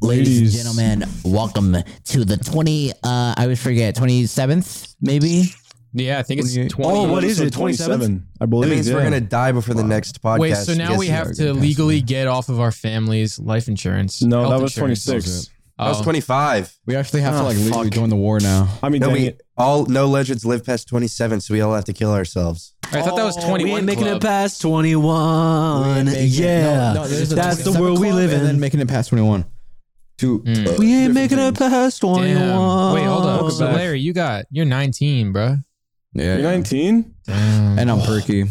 Ladies, Ladies. and gentlemen, welcome to the 20, uh, I always forget, 27th, maybe? Yeah, I think it's 28 twenty. Oh, what is so it? 27? I That believe. means we're yeah. gonna die before the next podcast. Wait, so now gets we here. have to legally get off of our family's life insurance. No, health that was insurance. 26. That was Oh. 25. We actually have Oh, to like legally fuck. join the war now. I mean, No, dang we it. all no legends live past 27, so we all have to kill ourselves. I thought that was We ain't 21. making club. it past 21. Yeah. That's the world we live And then in. making it past 21. Two. Mm. we ain't making it past 21. Damn. Wait, hold up. Welcome So back. Larry, you got you're 19, bro. Yeah. You're 19? Damn. And I'm perky. When's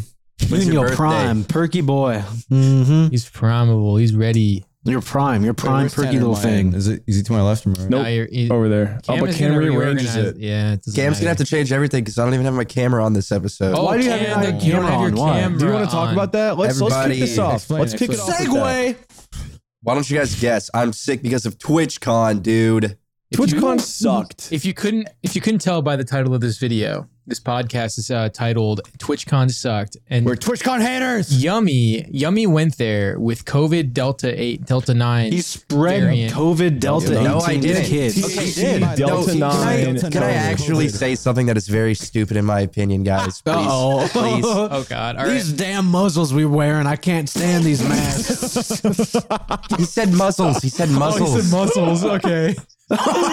You're in your your birthday? prime, perky boy. Mm-hmm. He's primable. He's ready. You're prime. You're prime, Where's perky Tanner little lying? thing. Is it is he to my left or my right? Nope. Now you're- he- Over there. Cam oh, but is Cam gonna rearranges reorganize- it. Yeah, it doesn't Cam's gonna have matter. to change everything because I don't even have my camera on this episode. Oh, Why do you have Cam, your the- you don't have camera your on? Why? camera Do you want to talk on. about that? Let's, let's kick Everybody this off. explain, let's kick it off. explain. with that. Why don't you guys guess? I'm sick because of TwitchCon, dude. If you- TwitchCon sucked. If you couldn't, if you couldn't tell by the title of this video, this podcast is uh, titled "TwitchCon Sucked," and We're TwitchCon haters. Yummy, Yummy went there with COVID Delta Eight, Delta Nine. He spread Variant. COVID Delta No, 18 I to didn't. kids. Okay, THC dude. No, Delta can I- 9. Can I Delta nine. actually COVID. say something that is very stupid in my opinion, guys? Uh, Please, Uh-oh. please. oh God! All right. These damn muzzles we wearing, I can't stand these masks. uh, He said muzzles. He Oh, said muzzles. muscles. Okay.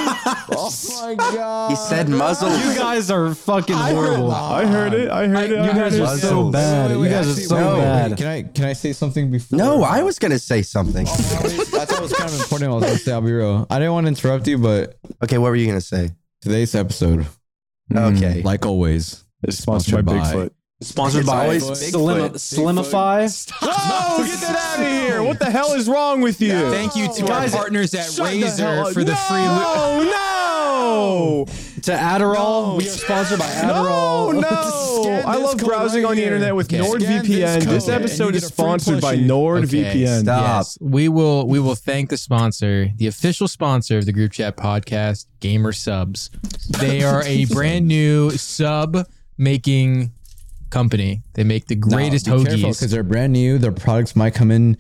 Oh my god. He said muzzles. you guys are fucking horrible. I heard it. I heard it. I You heard guys it. are so Muzzles. bad. You guys are so no. bad. Can I can I say something before? no, I was gonna say something. I thought it was kind of important. I was gonna say I'll be real. I didn't want to interrupt you, but Okay, what were you gonna say? today's episode, Hmm, Okay. like always, It's mm, sponsored by Bigfoot. Sponsored It's by always Slim- Bigfoot. Slimify. No, get that out of here. What the hell is wrong with you? Thank you to Guys, our partners at Shut the hell Razor up. for the free. Lo- No, To Adderall. We are sponsored by no, Adderall. no, no. Scan I this love code browsing right on the here. internet with Okay. NordVPN. Scan this This, code and you episode get is a free sponsored by plushie. NordVPN. stop. Yes, we will. We will thank the sponsor, the official sponsor of the group chat podcast, Gamer Subs. They are a brand new sub making company. They make the greatest hoagies. because they're brand new. Their products might come in,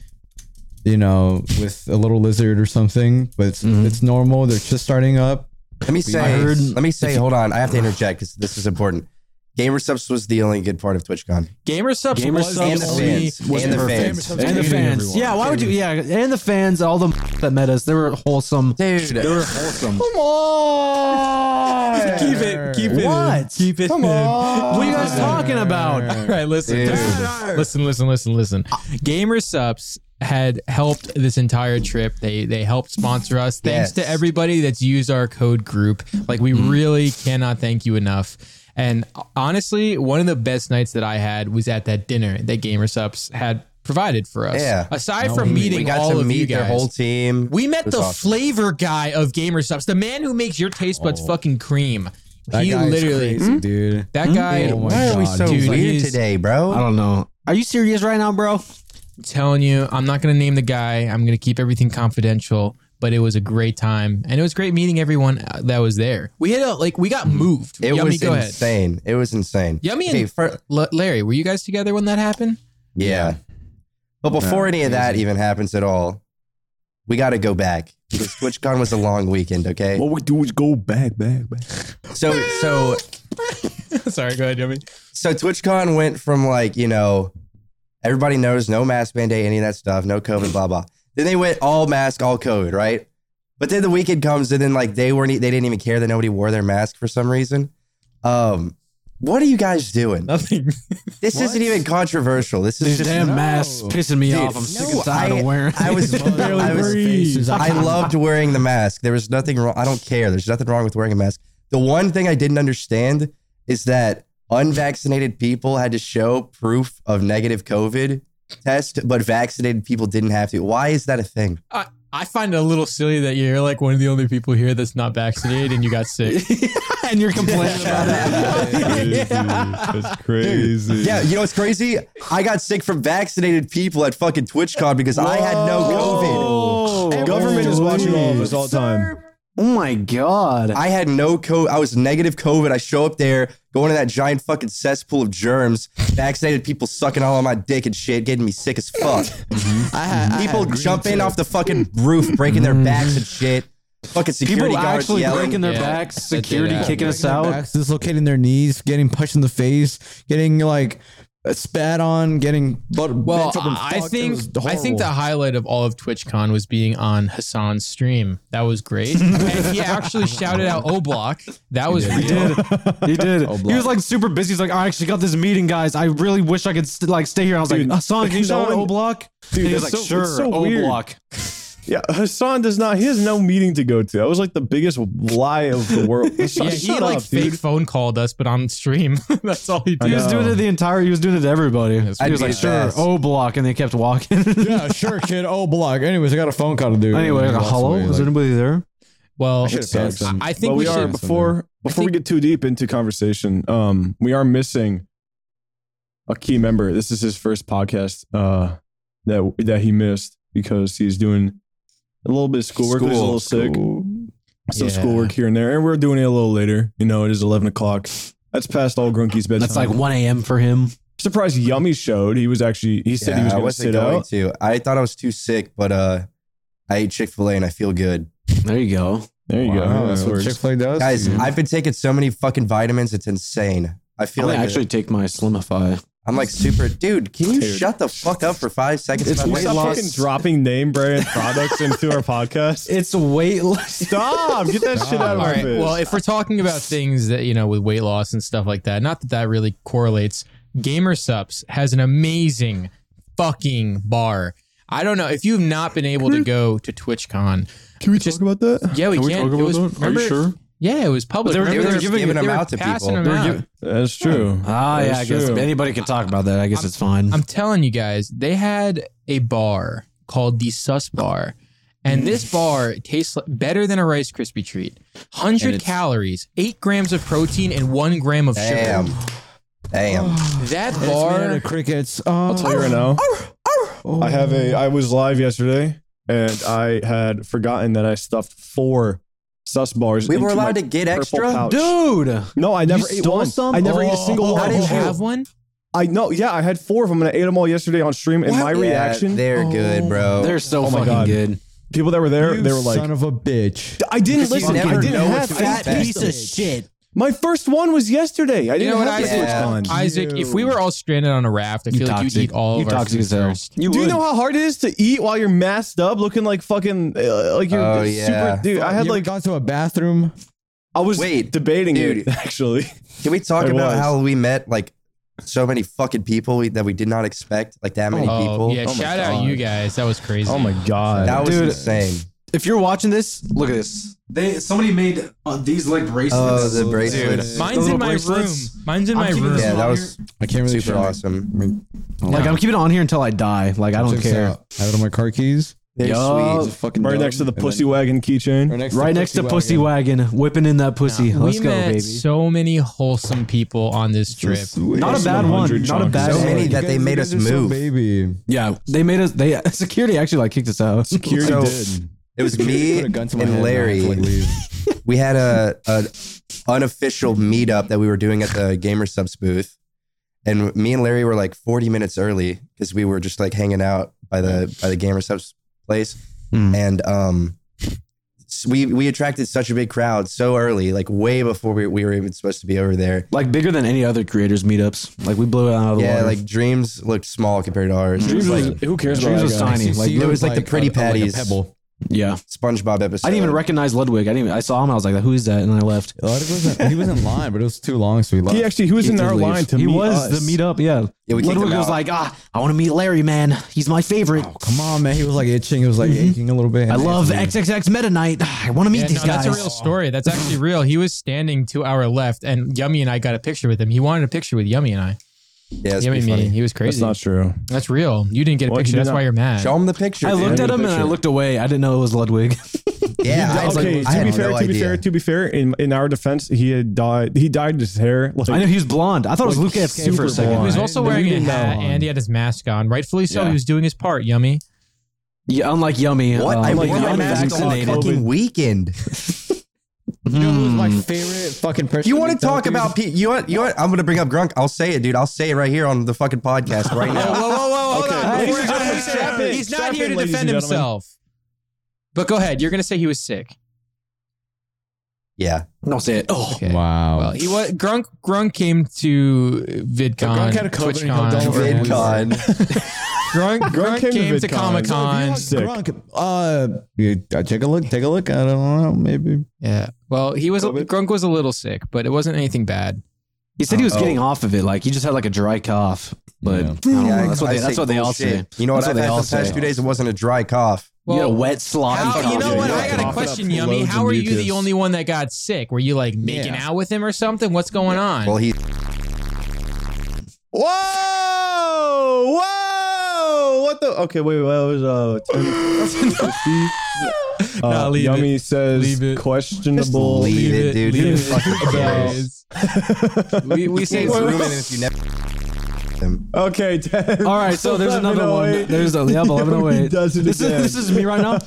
you know, with a little lizard or something, but it's, it's normal. They're just starting up. Let me say. heard- let me say. Hold on. I have to interject because this is important. Gamer Subs was the only good part of TwitchCon. Gamer Subs Gamer was Subs And the the only. fans. And the fans. And the fans. Yeah, why would you? Yeah, and the fans, all the that met us, they were wholesome. Dude, Keep it. Keep it. What? Keep it. Come on. What are you guys talking about? All right, listen, Dude. listen, listen, listen, listen, listen. Gamer Subs had helped this entire trip. They they helped sponsor us. Thanks Yes. to everybody that's used our code group. Like we really cannot thank you enough. And honestly, one of the best nights that I had was at that dinner that Gamer Subs had provided for us. Yeah. Aside from meeting we got all to of you meet guys, their whole team. we met was the awesome. Oh. flavor guy of Gamer Subs, the man who makes your taste buds fucking cream. That he guy is literally, crazy, dude. Hmm? that guy. Oh my Why are we God, so dude, weird he's- today, bro? I don't know. Are you serious right now, bro? telling you, I'm not going to name the guy. I'm going to keep everything confidential. But it was a great time, and it was great meeting everyone uh, that was there. We had a, like we got moved. Hmm. It Yummy, was go ahead. insane. It was insane. Yummy and- Okay, fir- La- Larry, were you guys together when that happened? yeah. But before any of that even happens at all, we got to go back because TwitchCon was a long weekend. Okay, What we do is go back, back, back. so so Sorry, go ahead, Yummy. so TwitchCon went from like you know everybody knows no mask mandate, any of that stuff, no COVID, blah blah. Then they went all mask, all COVID, right? But then the weekend comes and then like they weren't, e- they didn't even care that nobody wore their mask for some reason. Um, what are you guys doing? Nothing. This is isn't even controversial. This is These just damn masks pissing me Dude, off. I'm sick no, and tired I- of wearing. I was Barely I was breathe. I loved wearing the mask. There was nothing wrong. I don't care. There's nothing wrong with wearing a mask. The one thing I didn't understand is that unvaccinated people had to show proof of negative COVID test, but vaccinated people didn't have to. Why is that a thing? I, I find it a little silly that you're like one of the only people here that's not vaccinated and you got sick. and you're complaining about it. Crazy. That's crazy. Yeah, you know what's crazy? I got sick from vaccinated people at fucking TwitchCon because I had no COVID. The Government is watching all of us all the time. Oh my god. I had no COVID. I was negative COVID. I show up there. going in that giant fucking cesspool of germs, vaccinated people sucking all on my dick and shit, getting me sick as fuck. I had, I people had green jumping too. off the fucking roof, breaking their backs and shit. Fucking security People guards actually yelling. breaking their Yeah. backs, That did security happen. kicking us out. Backs dislocating their knees, getting punched in the face, getting like spat on, getting but Well, I I think I think the highlight of all of TwitchCon was being on Hassan's stream. That was great. and he actually shouted out O Block. That was He real. did. He did. he was like super busy. He's like, I actually got this meeting, guys. I really wish I could st- like stay here. I was Dude, like, Hassan, can you show no an one- O block? Dude, And he was like, that's so- sure, it's so O weird. block. Yeah, Hassan does not. He has no meeting to go to. That was like the biggest lie of the world. Hassan, Yeah, he shut like up, fake dude. phone called us, but on stream. That's all he He did. was know. doing it the entire. He was doing it to everybody. He I'd was be like, sure, fast. O block, and they kept walking. yeah, sure, kid. Oh, block. Anyways, I got a phone call to do. anyway, And like, he walks hello, away, is like, anybody there? Well, should've said I, something. I think But we, we are should. before before we get too deep into conversation. Um, we are missing a key member. This is his first podcast. Uh, that that he missed because he's doing a little bit of schoolwork. School, he's a School, little sick. Some Yeah. schoolwork here and there, and we're doing it a little later. You know, it is eleven o'clock. That's past all Grunky's bedtime. That's like 1 a.m. for him. surprised Yummy showed. He was actually he said Yeah, he was I going to wasn't sit going out. to. I thought I was too sick, but uh, I ate Chick Fil A and I feel good. There you go. There you Wow, go. that's what Chick Fil A does, Guys, dude. I've been taking so many fucking vitamins. It's insane. I I'm feel gonna like actually take my Slimify. I'm like super, dude. Can you Dude. shut the fuck up for five seconds? It's about weight this loss. shit? Fucking dropping name brand products into our podcast. It's weightless. Stop! Get that shit out All of my right. face. Well, if we're talking about things that you know with weight loss and stuff like that, not that that really correlates. GamerSups has an amazing fucking bar. I don't know if you've not been able to go to TwitchCon. can we just- talk about that? Yeah, we Can we can. talk It about was, that? Are you remember- sure? Yeah, it was public. They were- Remember they were were giving them they were out to passing people. them They were out. giving- That's true. Uh, Ah, yeah, That's I guess true. anybody can talk about that. I guess it's fine. I'm telling you guys, they had a bar called the Sus Bar. Mm. And this bar tastes li- better than a Rice Krispie treat. 100 calories, 8 grams of protein, and 1 gram of Damn. sugar. Damn. That Man bar. of crickets. Oh, I'll tell you right now. I have a. I was live yesterday, and I had forgotten that I stuffed four sus bars. We were into my allowed to get purple extra? pouch. Dude, No, I never ate stole one. some? I never ate a Oh, single how one. did you you- have one? I know. Yeah, I had four of them, and I ate them all yesterday on stream. And my Yeah, reaction, They're good, bro. they're so Oh my fucking God. good. people that were there, You they were like, son of a bitch. I didn't Because you listen. I never didn't know have what to fat Fat expect. piece piece of of shit. My first one was yesterday. I didn't You know what have I the did? switch on. Isaac, if we were all stranded on a raft, I feel like you'd eat all you of our toxic food as hell. first. You Do you would. know how hard it is to eat while you're masked up, looking like fucking uh, like you're Oh, super yeah. dude? I had You ever like gone to a bathroom. I was Wait, debating dude. it actually. Can we talk It about was. how we met like so many fucking people we, that we did not expect? Like that many Oh, people. yeah, Oh my shout out God. you guys. That was crazy. Oh god, That was Dude. insane. If you're watching this, look at this. They somebody made uh, these like bracelets. Oh, the bracelet. Mine's Dude. The in little my bracelets. room. Mine's in I'm my keeping room. this Yeah, that on was I can't really super try. awesome. I mean, Like I'm keeping it on here until I die. Like I don't check this care. out. I have it on my car keys. They're Yo. sweet. Fucking right dog. next to the And then- pussy wagon keychain. Right next to Pussy Wagon, whipping in that pussy. Let's we go, met baby. so many wholesome people on this trip. Not a Some bad one. 100 Not a chunks. bad So one. many that they made us move. baby. Yeah, they made us. They security actually like kicked us out. Security So- did. It was me Put a gun to my head and and I have to, like, Larry. leave. We had a, a unofficial meetup that we were doing at the Gamer Subs booth, and me and Larry were like 40 minutes early because we were just like hanging out by the by the Gamer Subs place, Mm. and um, s- we we attracted such a big crowd so early, like way before we, we were even supposed to be over there. Like bigger than any other creators meetups. Like we blew it out of the Yeah, water. like dreams looked small compared to ours. It was Dreams like was- who cares Dreams about was that guy? tiny. See, Like, see, it was like the pretty a- a- patties. Like a pebble. yeah, SpongeBob episode. I didn't even recognize Ludwig. I didn't. Even, I saw him. I was like, "Who is that?" And I left. A lot of it wasn't- he was in line, but it was too long, so he left. He actually he was in our line to he meet was us. the meetup. Yeah, Yeah, we kicked Ludwig him was out. like, "Ah, I want to meet Larry, man. He's my favorite. oh, come on, man. He was like itching. It was like Mm-hmm. aching a little bit. I love XXX Meta Knight. I want to meet Yeah, these no, guys." That's a real story. That's actually real. He was standing to our left, and Yummy and I got a picture with him. He wanted a picture with Yummy and I. yeah, it's Yummy pretty and me. funny. He was That's crazy. not That's, true. real. You didn't get a What, you picture. did That's not- why you're mad. Show him the picture. I dude. looked at him and I looked away. I didn't know it was Ludwig. Yeah, I was like, okay, I to had be fair, no to be idea. fair, to be fair, in in our defense, he had died. He dyed his hair. Like, I know he was blonde. I thought it was Luke FK for super a he second. was I also didn't wearing a know. hat, um, and he had his mask on. Rightfully so. Yeah. He was doing his part. Yummy. Yeah, unlike Yummy. What? Uh, I wore unlike my Yummy mask all vaccinated. fucking weekend. You know who's Hmm. my favorite fucking person? You want to talk McDonald's dude? about P You want? You want? I'm gonna bring up Grunk. I'll say it, dude. I'll say it right here on the fucking podcast right now. whoa, whoa, whoa, hold Okay. on. Ladies We're- and gentlemen, he's strap not- in, He's strap not in, here to ladies and defend gentlemen. himself. But go ahead. You're going to say he was sick. Yeah. Don't say it. Oh, Wow. Well, he was Grunk. Grunk came to uh, VidCon, Grunk had a COVID and he TwitchCon. held all Grunk, of VidCon. Grunk, came, came to to, VidCon. Comic Con. Sick. Grunk, uh, you- uh, take a look. Take a look. I don't know. Maybe Yeah. Well, he was Grunk was a little sick, but it wasn't anything bad. He said he was getting off of it. Like he just had like a dry cough. But Yeah. I don't know, Yeah, that's what I they, say that's what they all say. bullshit. You know what? That's I've what they had all the past say. two days. It wasn't a dry cough. You Well, got a wet sloppy. How, you know Yeah, what? you I gotta got a cough it question, up, Yummy. loads How of are you the mucus. only one that got sick? Were you like making Yeah. out with him or something? What's going on? Well, he. Whoa! Whoa! What the? Okay, wait. What was uh? 10, Nah, uh, leave Yummy says Leave it. questionable. Just leave it, dude. Leave Leave it. it. Guys. we we He say was rooming if you never. Him. Oh, Okay, 10. All right, so there's another one. 1108. There's a yep, eleven oh He eight. does it This is again. this is me right now.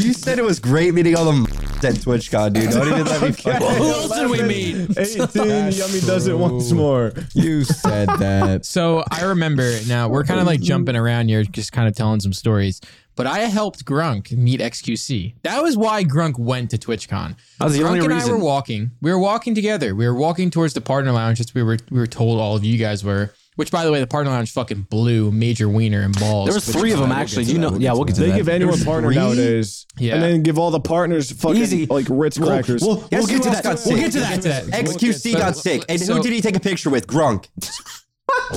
You said it was great meeting all the at TwitchCon, dude. Don't even let me fucking. who else did we meet? 18. Yummy does it once more. you said that. So I remember now we're kind of like Mm-hmm. jumping around here, just kind of telling some stories. But I helped Grunk meet XQC. That was why Grunk went to TwitchCon. That was the Grunk only and I reason. were walking. We were walking together. We were walking towards the partner lounge. Just we were we were told all of you guys were. Which, by the way, the partner lounge fucking blew major wiener and balls. There was three of them actually. You know, yeah, we'll get to They that. give anyone partner nowadays. Yeah. And then give all the partners fucking Easy. like Ritz crackers. We'll, we'll, Guess get who to else that. got sick? We'll get to that. to that. XQC But- got sick, and so- who did he take a picture with? Grunk.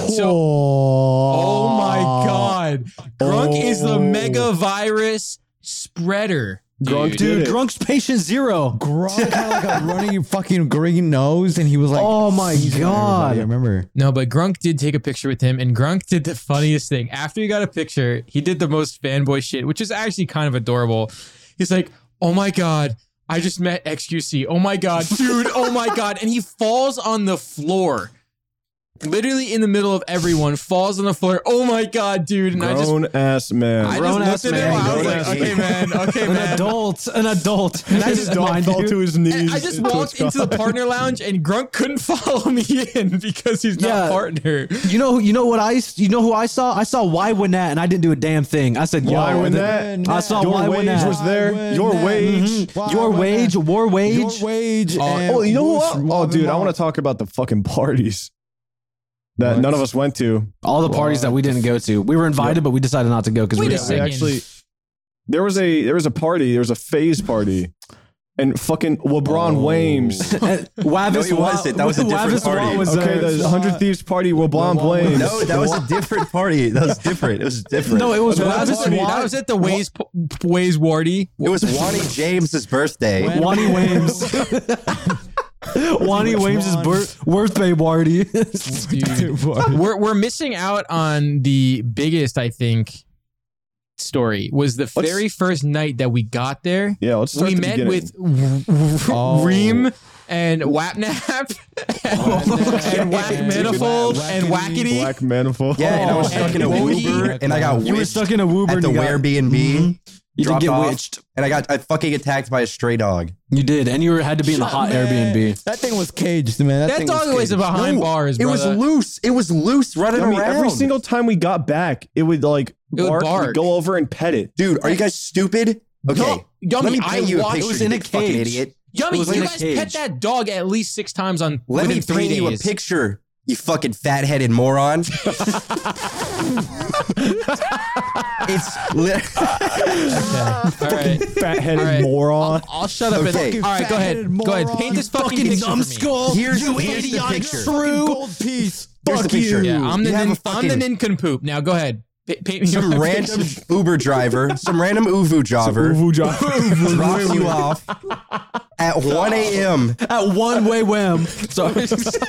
So, oh my god, Grunk is Oh. the mega virus spreader. Grunk did dude. it. Dude, Grunk's patient zero. Grunk had like a running fucking green nose, and he was like, Oh my sneezing on everybody. I God. remember. No, but Grunk did take a picture with him, and Grunk did the funniest thing. After he got a picture, he did the most fanboy shit, which is actually kind of adorable. He's like, "Oh my god, I just met XQC. Oh my god, dude. Oh my god!" And he falls on the floor, literally in the middle of everyone, falls on the floor. Oh my god, dude! And I just, Grown ass man. I grown just ass looked at him. man, I was grown like, ass "Okay, man. Okay, An man." adult. An adult. I That's just mind, fell to dude. his knees. And I just into walked his into the car. partner lounge and Grunk couldn't follow me in because he's not Yeah. partner. You know, you know what I, you know who I saw? I saw why win that, and I didn't do a damn thing. I said, Why yo, when the- that? I saw Your why wage when that was there. Your wage. Your wage, war Your wage. wage. and Mm-hmm. Oh, you know what? Wolf's Oh, dude, I Robin want to talk about the fucking parties that none of us went to. All the parties that we didn't go to. We were invited, but we decided not to go because Wait we a were Yeah, we second. sick. actually there was a there was a party. There was a phase party, and fucking LeBron Wames. No, Wavis he wasn't. That was a different Wavis Wa party. was uh, Okay, there. the hundred thieves party. LeBron Wames. No, that was a different party. That was different. It was different. No, it was That was, Wavis and that was at the Ways Ways Wardy. It was Wani James's birthday. Wani Wames. Wani Wames' birth, birthday party. Dude, we're we're missing out on the biggest, I think, story was the very first night that we got there. Yeah, let's start we at the met beginning. with w- w- Oh. Reem and Wapnap and Whack Manifold and Wackety. Black Manifold. Yeah, and I was stuck in a And Woogie. Uber, and I got you were witched stuck in a Uber at and the you got- Mm-hmm. Airbnb. You did dropped get off, witched. and I got I fucking attacked by a stray dog. You did, and you were, had to be in the hot Man, Airbnb. That thing was caged, man. That, That thing dog was was caged. behind No, bars, It was brother. loose. It was loose running I mean, around. every single time we got back, it would like It would bark, we'd bark. go over and pet it. Dude, are you guys stupid? Okay, Yummy, let me I paint you a watched- picture. it was you in a big fucking cage. idiot. Yummy, It was in you a guys cage. pet that dog at least six times on Let within me three paint days. you a picture. You fucking fatheaded moron. it's lit All right, Fat headed All right. moron. I'll, I'll shut up. Okay. And, all right, go ahead. Fat-headed Go ahead. moron. Paint this fucking, picture for me. here's, here's the picture. Fucking gold piece. Here's the picture. Yeah, I'm the You have nin, a fucking- I'm the ninkin poop. Now go ahead. Pa- paint me some my random picture. Uber driver, some random Uvu driver Uvu Jaffa. drops you off at 1 a.m. At one way wham. Sorry.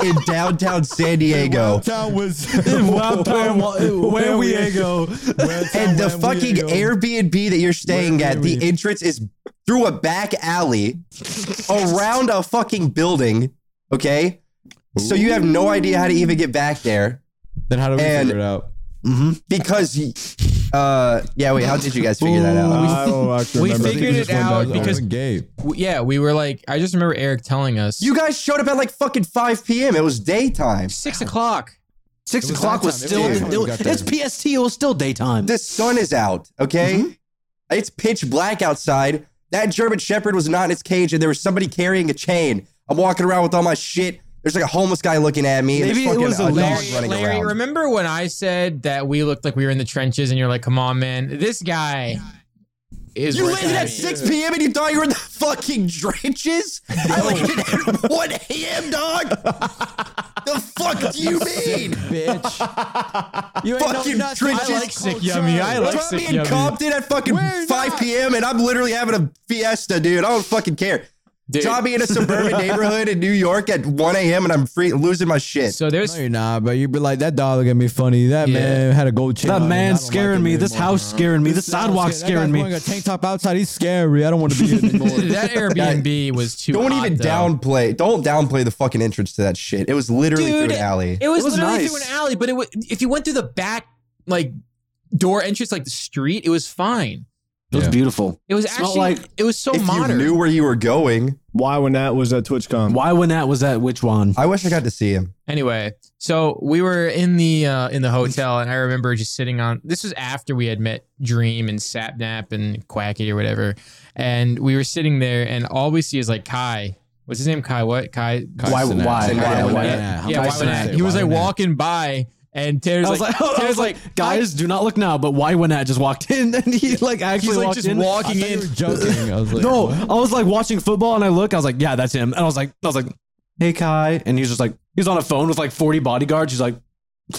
in downtown San Diego. That was Wham, pam, wa- where we go. And the fucking Airbnb that you're staying at, the entrance is through a back alley around a fucking building. Okay. So you have no idea how to even get back there Then how do we And- figure it out? because y- Uh, yeah. Wait, how did you guys figure that out? I don't actually we remember. I think figured we it just went out back there. because- Gabe. W- Yeah, we were like, I just remember Eric telling us You guys showed up at like fucking 5 p.m. It was daytime. six o'clock. Six was o'clock was nighttime. It still. was nighttime. We got it- it's PST. It was still daytime. The sun is out, okay? Mm-hmm. It's pitch black outside. That German Shepherd was not in its cage, and there was somebody carrying a chain. I'm walking around with all my shit. There's like a homeless guy looking at me. Maybe it and there's was a fucking a dog Larry, running Larry, around. remember when I said that we looked like we were in the trenches and you're like, come on, man, this guy is you worse landed than at me." 6 p.m. and you thought you were in the fucking trenches? I landed at 1 a.m., dog. the fuck do you mean? bitch. You ain't fucking know nothing. trenches. I like sick yummy. I like Drop me in Compton at fucking 5 p.m. and I'm literally having a fiesta, dude. I don't fucking care. Dude. Drop me in a suburban neighborhood in New York at 1 a.m. and I'm free losing my shit. So there's No, you're not, but you'd be like, that dog looking at me funny. That Yeah. man had a gold chain. That on him. I don't man like scaring him me. This anymore." house scaring me. This That scaring- sidewalk that scaring guy's me. wearing a tank top outside. He's scary. I don't want to be here anymore. that Airbnb was too. don't hot, even though. downplay. Don't downplay the fucking entrance to that shit. It was literally Dude, through an alley. It was, It was literally nice. through an alley, but it wa if you went through the back like door entrance, like the street, it was fine. It was Yeah. beautiful. It was It's not actually like- it was so if modern. you knew where you were going, Why when that was at TwitchCon? Why when that was at which one? I wish I got to see him. Anyway, so we were in the uh, in the hotel, and I remember just sitting on. This was after we had met Dream and Sapnap and Quacky or whatever, and we were sitting there, and all we see is like Kai. What's his name? Kai? What? Kai? Why- Sinat. Sinat. why- why- Sinat. why- Sinat. yeah, Kai why would Sinat. I- He was like Why not? walking by, and Taylor's I was like, like, I was like, guys, do not look now. But why when that just walked in and he like actually he's like walked just in. I thought walking you in. were joking. I was like, no, what? I was like watching football and I look. I was like, yeah, that's him. And I was like, I was like, hey Kai, and he's just like, he's on a phone with like forty bodyguards. He's like,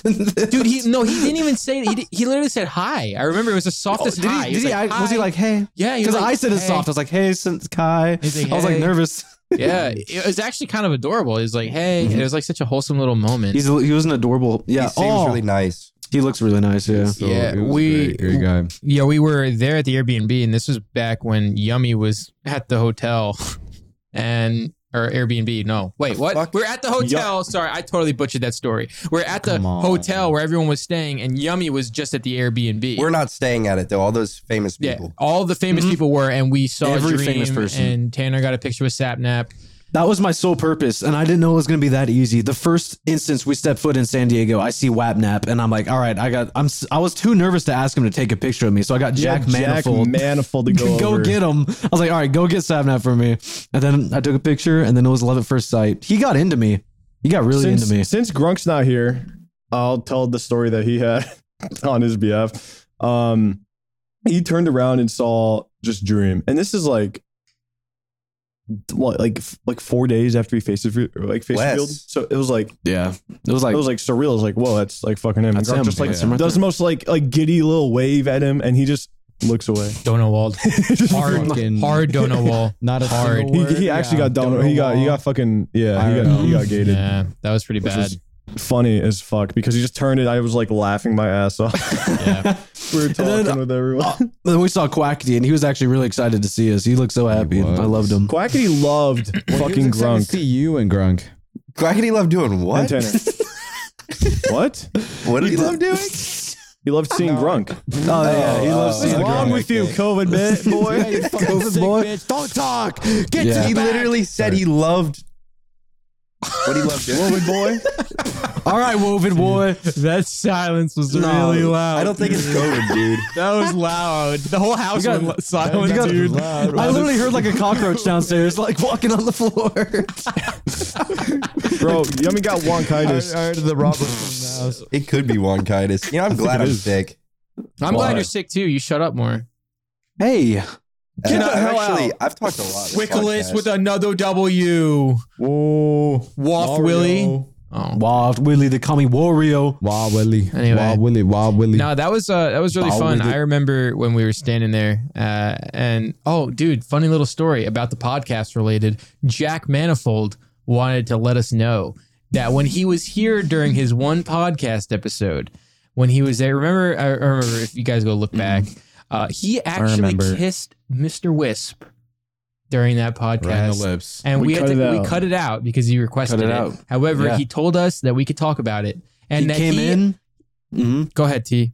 Dude, he no, he didn't even say. He, di- he literally said hi. I remember it was the softest Oh, did hi. he? Did he? like, act- was he "Hi." like, hey? Yeah, he was Because like, I said it's "Hey." soft. I was like, hey, since Kai. He's like, I was like "Hey." nervous. Yeah, it was actually kind of adorable. He was like, hey, it was like such a wholesome little moment. He's he was an adorable. Yeah, He seems oh, really nice. he looks really nice. Yeah. So yeah, it was we- great. Great guy. Yeah, we were there at the Airbnb, and this was back when Yummy was at the hotel, and or Airbnb. No, wait, what? fuck? We're at the hotel. Sorry, I totally butchered that story. We're at the Come on. hotel where everyone was staying, and Yummy was just at the Airbnb. We're not staying at it though. All those famous yeah, people. all the famous Mm-hmm. people were, and we saw Every Dream, famous person. And Tanner got a picture with Sapnap. That was my sole purpose, and I didn't know it was going to be that easy. The first instance we stepped foot in San Diego, I see Wapnap, and I'm like, "All right, I got." I'm. s- I was too nervous to ask him to take a picture of me, so I got Yeah, Jack Manifold. Jack Manifold to go, go over. get him. I was like, "All right, go get Sapnap for me." And then I took a picture, and then it was love at first sight. He got into me. He got really since, into me. Since Grunk's not here, I'll tell the story that he had on his behalf. Um, he turned around and saw just Dream, and this is like what, like like four days after he faced the like faced the Less. field. So it was like Yeah, it was like it was like surreal. It was like whoa, that's like fucking him. And That's Grunk him. just like That's him right does the most like like giddy little wave at him, and he just looks away. Donowald, hard, Fucking- hard Donowald. Not a Hard. single He, word. he actually Yeah, got down. don't He got he know. got fucking yeah. He I got he know. got gated. Yeah, that was pretty Which bad. was funny as fuck because he just turned it. I was like laughing my ass off. Yeah. we were talking then- with everyone. Then we saw Quackity, and he was actually really excited to see us. He looked so happy. was. I loved him. Quackity loved He was fucking excited to Grunk See you and Grunk. Quackity loved doing and what? Tanner. what? What did he love doing? He loved seeing Grunk. Oh yeah, he loves oh, seeing oh, Grunk. Grunk. you, COVID bit boy? COVID boy. Bitch. Don't talk. Get Yeah. He literally said he loved. What he loved doing? COVID boy. All right, Woven boy. that silence was No, really loud. I don't Oh. think it's COVID, dude. That was loud. The whole house got- went silent, you got- dude. I literally heard like a cockroach downstairs, like walking on the floor. Bro, Yummy got I wonkitis. heard the Robert from the house. It could be bronchitis. You know, I'm glad I'm is. sick. I'm Why? glad you're sick too. You shut up more. Hey, Get the hell out. I've talked a lot. Wickless with a. another W. Whoa. Waff Willie. Oh. wow, Willie, they call me Wario. Wow, Willie. Anyway. Wow, Willie. Wow, Willie. No, that was uh, that was really Bow fun. with it. I remember when we were standing there, uh, and oh, dude, funny little story about the podcast related. Jack Manifold wanted to let us know that when he was here during his one podcast episode, when he was there, remember, I I remember if you guys go look back, uh, he actually Mm-hmm. remember. kissed Mr. Wisp during that Around podcast. the lips. And we, We had cut to, it we out. cut it out because he requested Cut it it. out. However, Yeah. he told us that we could talk about it, and he that came he, in. Mhm. Go ahead, T.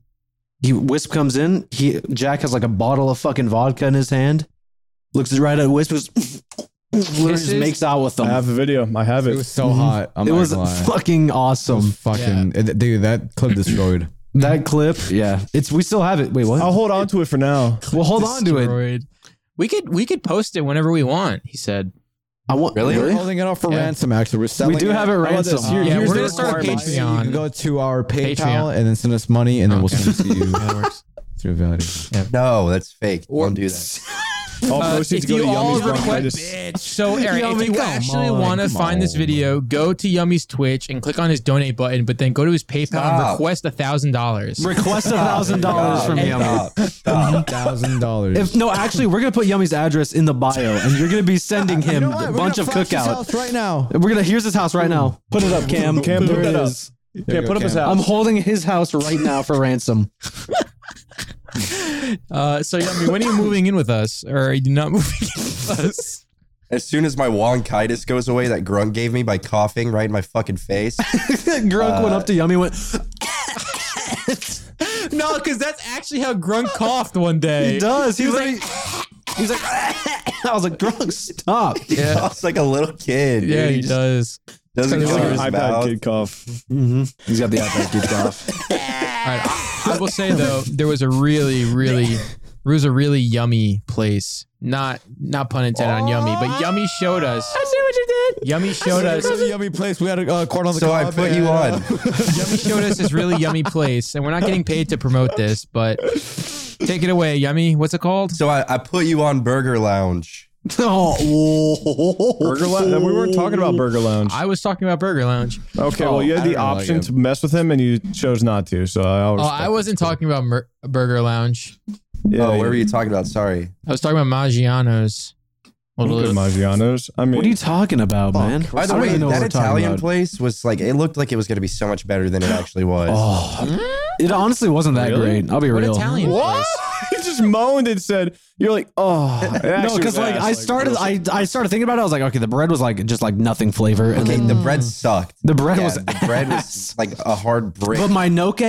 He Wisp comes in. He Jack has like a bottle of fucking vodka in his hand. Looks right at Wisp. Goes, literally just Kisses? makes out with I them. have a video. I have Mm-hmm. It it. was so hot. I'm it not was gonna lie. fucking awesome. fucking it- dude. That clip destroyed. that clip. Yeah, Oh, it's we still have it. Wait, what? I'll hold on to it for now. well, hold on to it. We could we could post it whenever we want. He said. I want Really? We're holding it up for Yeah. ransom. Actually, we're selling. We do have it How about this? ransom. Here- Yeah, here's we're the gonna start a requirements. Patreon. You can go to our PayPal Patreon. and then send us money, and then we'll Okay. send it to you That works. through value. No, that's fake. Don't do that. All Uh, proceeds if go to you all Yummy's bunk. I request- just- bitch. So Aaron, Yummy, if you come actually on, want to come find this on. video, go to Yummy's Twitch and click on his donate button, but then go to his PayPal and Stop. request a thousand dollars. Request a thousand dollars from Stop. Yummy. Stop. Stop. Thousand dollars. If no, actually, we're gonna put Yummy's address in the bio, and you're gonna be sending him a bunch of cookouts. right now. We're gonna here's his house right now. Put it up, Cam. Cam, There put it that up. is. Yeah, put up his house. I'm holding his house right now for ransom. Uh, so Yummy, when are you moving in with us, or are you not moving in with us? As soon as my wonkitis goes away, that grunt gave me by coughing right in my fucking face. Grunk went up to Yummy, went, no, because that's actually how Grunt coughed one day. he does. He's like, he's like, I was like, Grunk, stop. Yeah. Coughs like a little kid. dude. Yeah, he he just does. doesn't It's like cover an his iPad mouth. kid cough. Mm-hmm. He's got the iPad kicked off. All right, I, I will say though, there was a really, really, there was a really yummy place. Not, not pun intended on yummy, but yummy showed us. I see what you did. Yummy showed us. This is a yummy place. We had a uh, corn on the So I cob put you and, uh, on. Yummy showed us this really yummy place, and we're not getting paid to promote this, but take it away, Yummy. What's it called? So I, I put you on Burger Lounge. Oh, Burger Lounge. We weren't talking about Burger Lounge. I was talking about Burger Lounge. Okay, well, you had I the don't really option like to mess with him, and you chose not to. So I Oh, always. I wasn't talking about Mer- Burger Lounge. Yeah, oh, yeah. what were you talking about? Sorry. I was talking about Maggiano's. I'm good at Maggiano's. I mean, What are you talking about, man? By the I don't way, even know that what we're talking Italian about. place was like it looked like it was going to be so much better than it actually was. Oh, it honestly wasn't that Really? great. I'll be What real. Italian What? place? you just moaned and said, "You're like, oh." It No, actually was because like ass, I started, gross. I, I started thinking about it. I was like, okay, the bread was like just like nothing flavor, and Okay, then the bread sucked. the bread Yeah, was the bread was ass. like a hard brick. But my noke,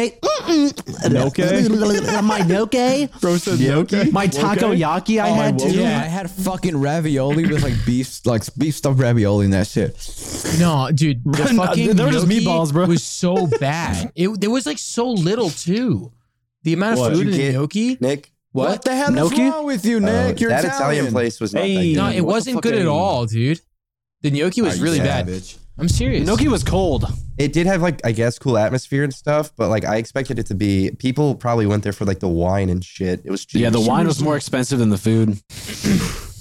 Gnocchi? my noke, roasted gnocchi, my takoyaki, I Oh, my had woke- too. Yeah, I had fucking ravioli with like beef, like beef stuffed ravioli and that shit. No, dude, the No, fucking they were uh, just gnocchi meatballs, bro. Was so bad. It there was like so little too. The amount of What? food You in the get- gnocchi. Nick, What, the hell is Gnocchi? wrong with you, uh, Nick? that You're Italian. place was not Hey. No, that it what the wasn't fuck good are at you- all, dude. The gnocchi was really yeah, bad. I'm serious. Noki was cold. good. It did have like I guess cool atmosphere and stuff, but like I expected it to be. People probably went there for like the wine and shit. It was cheap. Yeah, the wine was more expensive than the food.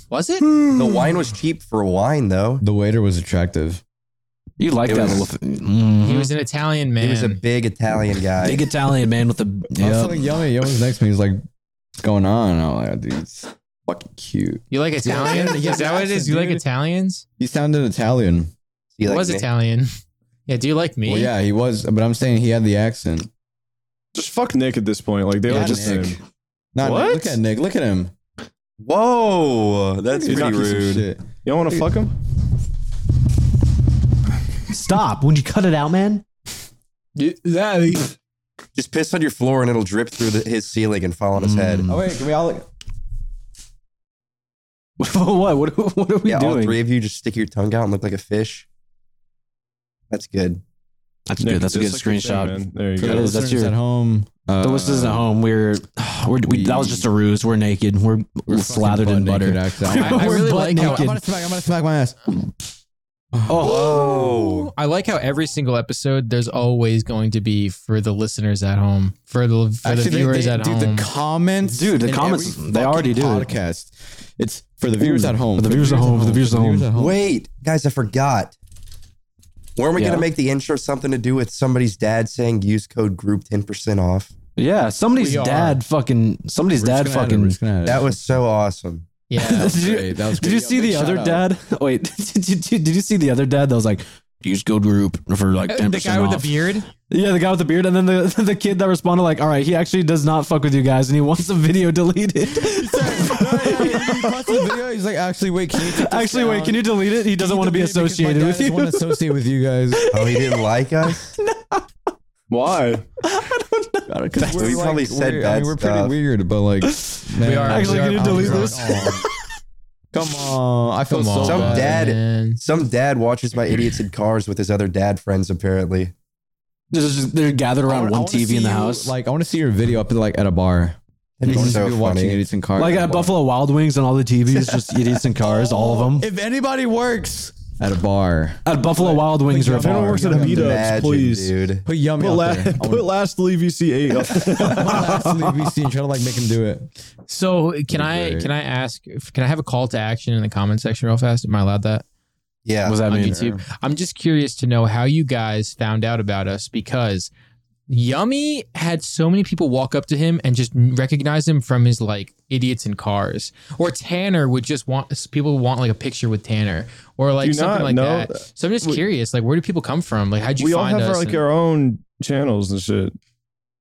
was it? The wine was cheap for wine though. The waiter was attractive. You like It that was- little th- Mhm. He was an Italian man. He was a big Italian guy. big Italian man with the I was Yep. feeling yummy. Yo was next to me. He's like, "What's going on?" And I'm like, "Dude, it's fucking cute." you like Italian? Dude, is that what it is? You like dude. Italians? He sounded Italian. He, I like, was made- Italian. Yeah, do you like me? Well, yeah, he was, but I'm saying he had the accent. Just fuck Nick at this point. Like they Yeah, look the same. Nick. Not What? look at Nick. Look at him. Whoa, that's You're pretty not piece of rude. Shit. You don't want to fuck him? Stop! Would you cut it out, man? Just piss on your floor and it'll drip through the, his ceiling and fall on his head. Oh wait, can we all? what? What? What are we yeah, all doing? three of you just stick your tongue out and look like a fish. That's good. That's Nick, good. That's a good just like you said, screenshot. man. There you That That go. is- is, that's that's your- at home. Uh, the listeners at home, we're, we're we, that was just a ruse. We're naked. We're, we're slathered fucking in butt butter. naked accent. I, I We're really butt like I'm how naked. gonna smack. I'm gonna smack my ass. Oh, I like how every single episode there's always going to be for the listeners at home, for the for the they- viewers they, at dude, home. the comments, Dude, the in comments, every they already fucking do it. podcast. It's for the viewers at home. For the viewers at home, for the viewers at home. wait, guys, I forgot. Weren't we Yeah. gonna make the intro something to do with somebody's dad saying use code group ten percent off? Yeah, somebody's We are. dad fucking somebody's dad fucking. That That was was so awesome. yeah. Did you, great. That was did you great. see the Shout other out. dad? Wait, did you, did you see the other dad that was like, use code group for like ten the guy percent off? with the beard. Yeah, the guy with the beard, and then the the kid that responded like, all right, he actually does not fuck with you guys, and he wants the video deleted. he posted the video. He's like, actually, wait, can you take this actually, wait, down? can you delete it? He doesn't want to be Because my associated dad with doesn't you. Want to associate with you guys? Oh, he didn't like us. Why? I don't know. We We're, probably like, said we're- I bad mean, we're stuff. pretty weird, but like, man, we are Actually, we are can you delete on this? all. come on. oh. I feel Come so on, Some bad. dad- man. Some dad watches my idiots in cars with his other dad friends. Apparently, They're, just, they're gathered I around wanna- I one wanna TV in see the you- house. Like, Like, I want to see your video up at like at a bar. that'd be Just so be watching funny. idiots in cars. at a bar. Buffalo Wild Wings and all the TVs, just idiots in cars, all of them. If anybody works at a bar, At Buffalo Wild Wings, If anyone works at Yum, a meetup, Imagine, please. dude. put yummy Put, out la- there. I put lastly VC8 up. want to VC and try to like make him do it. So can I great. can I ask if- can I have a call to action in the comment section real fast? Am I allowed that? Yeah, What's that on mean? YouTube. uh, I'm just curious to know how you guys found out about us because Yummy had so many people walk up to him and just recognize him from his like idiots in cars. Or Tanner would just want people would want like a picture with Tanner or like Do something not like know that. that. So I'm just We- curious, like where do people come from? Like how'd you we all find have us? our, like And- our own channels and shit.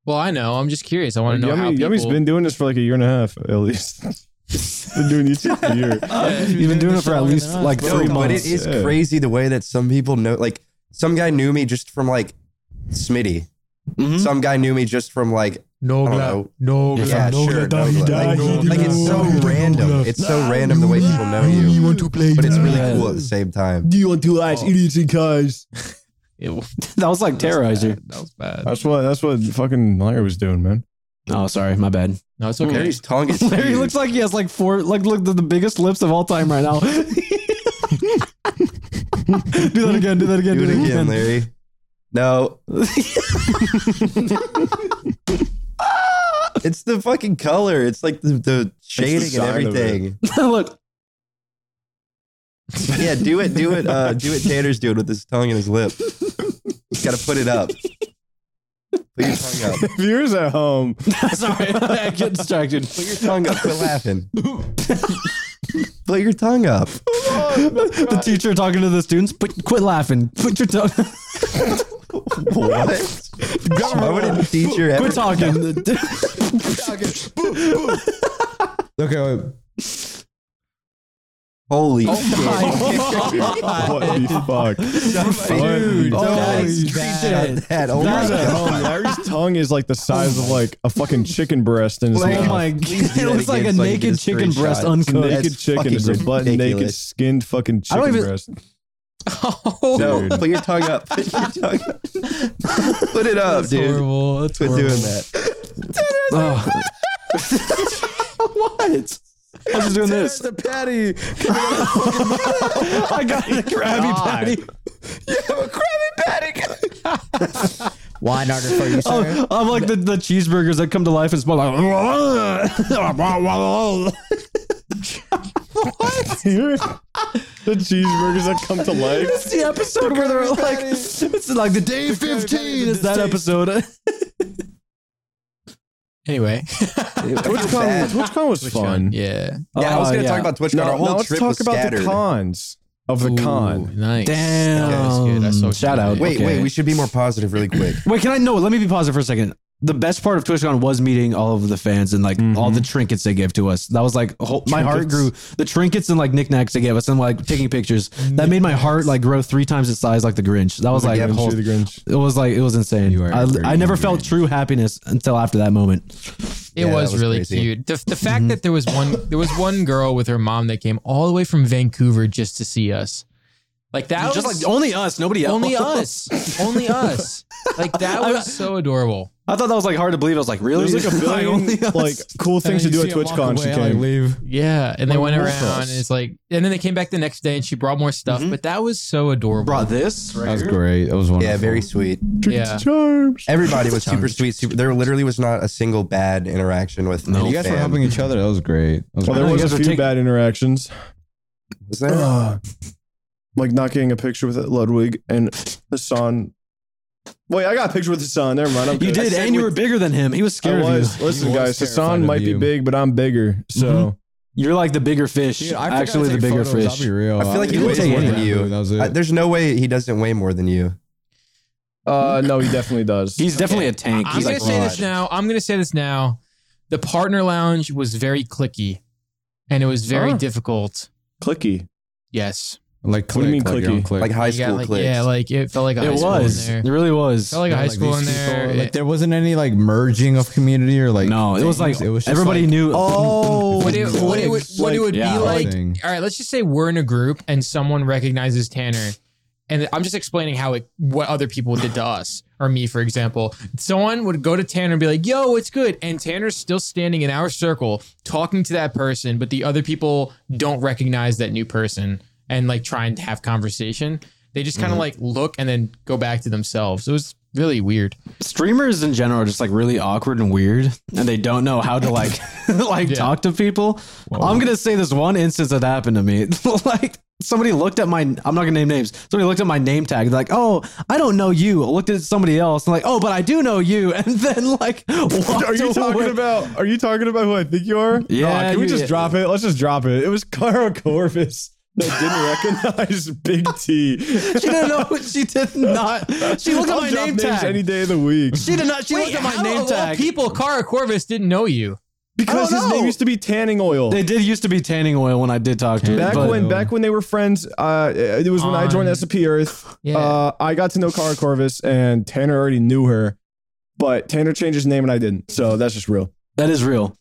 well, I know. I'm just curious. I want to know how Yummy, people. Yummy's been doing this for like a year and a half at least. been doing YouTube for a year. You've been doing it for at least like No, three but it months. is yeah. crazy the way that some people know. Like, some guy knew me just from like Smitty. Mhm. Some guy knew me just from like no, I don't gla- know. no, gla- yeah, sure. no, but, like, like it's so random. It's so random the way people know you, want to play but it's really Yeah. cool at the same time. you want two eyes, idiots in cars? Ew, That was like Terrorizer. that was bad. That's what that's what fucking Larry was doing, man. Oh, sorry, my bad. No, it's okay. Larry's tongue is Larry huge. looks like he has like four, like look, the, the biggest lips of all time right now. do that again. Do that again. Do it again, Larry. No, it's the fucking color. It's like the, the shading and sign of it. everything. look, Yeah, do it, do it, uh, do what Tanner's doing with his tongue and his lip. He's got to put it up. Put your tongue up. Viewers at home, sorry, I get distracted. Put your tongue up. Quit laughing. Put your tongue up. the teacher talking to the students. But quit laughing. Put your tongue. What? Why would a teacher ever? quit talking. Okay, wait. Holy what the fuck? shit, Dude, Oh, that I is screenshot that. Oh That's my a- god. Um, Larry's tongue is like the size of like a fucking chicken breast and his Oh mouth. my! Please do that It looks like a again so I can naked get a chicken breast screenshot. uncooked. naked That's chicken is a fucking butt naked ridiculous. skinned fucking I don't chicken even- breast. No, Dude. put your tongue up. Put your tongue up. Put it up, That's dude. horrible. That's Quit horrible. doing that. Oh. what? I was just doing this. the patty. I got a Krabby Patty. Why not for you, sir? Oh, I'm like the, the cheeseburgers that come to life and smell like. the cheeseburgers that come to life. It's the episode where they're like, it's like the day 15 is that episode. Anyway, TwitchCon, TwitchCon was fun. yeah. Yeah, I was Oh, gonna yeah. talk about TwitchCon. Now, Our whole now let's trip talk was about scattered. the cons of the Ooh, con. Nice. Damn. That's good. I saw Shout out. it. Wait, Okay. wait. We should be more positive, really quick. Wait, can I? No, let me be positive for a second. The best part of TwitchCon was meeting all of the fans and like all the trinkets they gave to us. That was like whole, my heart grew. The trinkets and like knickknacks they gave us and like taking pictures that made my heart like grow three times its size, like the Grinch. That was like Grinch, whole, the Grinch. it was like it was insane. You are I, very I never felt true happiness until after that moment. It Yeah, was, that was really crazy. cute. The, the fact that there was one there was one girl with her mom that came all the way from Vancouver just to see us. Like that Just was like only us, nobody else. only us. only us. Like that I- was so adorable. I thought that was like hard to believe. I was like, really? There's like a billion only us? like cool things to do at TwitchCon. She came. leave. Yeah. And they Like, went what around else? and it's like and then they came back the next day and she brought more stuff. But that was so adorable. brought this right That was here. great. That was wonderful. Yeah, very sweet. yeah. Charms. Everybody was super sweet. Super. There literally was not a single bad interaction with no You guys were helping each other. That was great. That was Well, there I know you great. was guys a were few taking- bad interactions, Was there? Oh, like not getting a picture with Ludwig and Hassan. Wait, I got a picture with Hassan. Never mind. I'm You good. did, and you were bigger than him. He was I scared of you. was. Listen, He was guys, terrified Hassan of might be you. bigg, but I'm bigger. So You're like the bigger fish. Dude, I forgot to Actually, the take bigger photos, fish. I'll be real. I feel like I- he I weighs didn't more take than any. you. That was it. I, there's no way he doesn't weigh more than you. uh, no, he definitely does. He's definitely a tank. I'm He's gonna E. like, say this "Rod." now. I'm gonna say this now. The partner lounge was very clicky and it was very Huh. difficult. clicky. Yes. Like What do you click, mean like your own clicky? click. like high You got, school like- clips. Yeah, like it felt like a high It school was. in It there. really was. felt like a high Like school in these there. people- like It- there wasn't any like merging of community or like no, it was like things. It was just, everybody like- knew. Oh, what it, what it would, what it would yeah. be like. Thing. All right, let's just say we're in a group and someone recognizes Tanner, and I'm just explaining how it, what other people did to us or me, for example. Someone would go to Tanner and be like, "Yo, it's good," and Tanner's still standing in our circle talking to that person, but the other people don't recognize that new person and like trying to have conversation. They just kind of like look and then go back to themselves. It was really weird. streamers in general are just like really awkward and weird and they don't know how to like like talk to people i'm gonna say this one instance that happened to me like somebody looked at my i'm not gonna name names somebody looked at my name tag like oh i don't know you looked at somebody else and like oh but i do know you and then like walked Are you talking away. about? Are you talking about who I think you are? Yeah, Nah, can we you- just yeah. drop it? Let's just drop it. It was Clara Corvus that didn't recognize Big T. she didn't know she did not she looked at I'll my drop name names any tag day of the week. she did not she looked at my how name of all tag people, Cara Corvus didn't know you. Because his know. name used to be tanning oil. they did used to be tanning oil when i did talk to her Back but- when back when they were friends, uh, it was when I joined On- S&P Earth. Yeah. Uh, I got to know Cara Corvus, and Tanner already knew her, but Tanner changed his name, and I didn't. So that's just real. that is real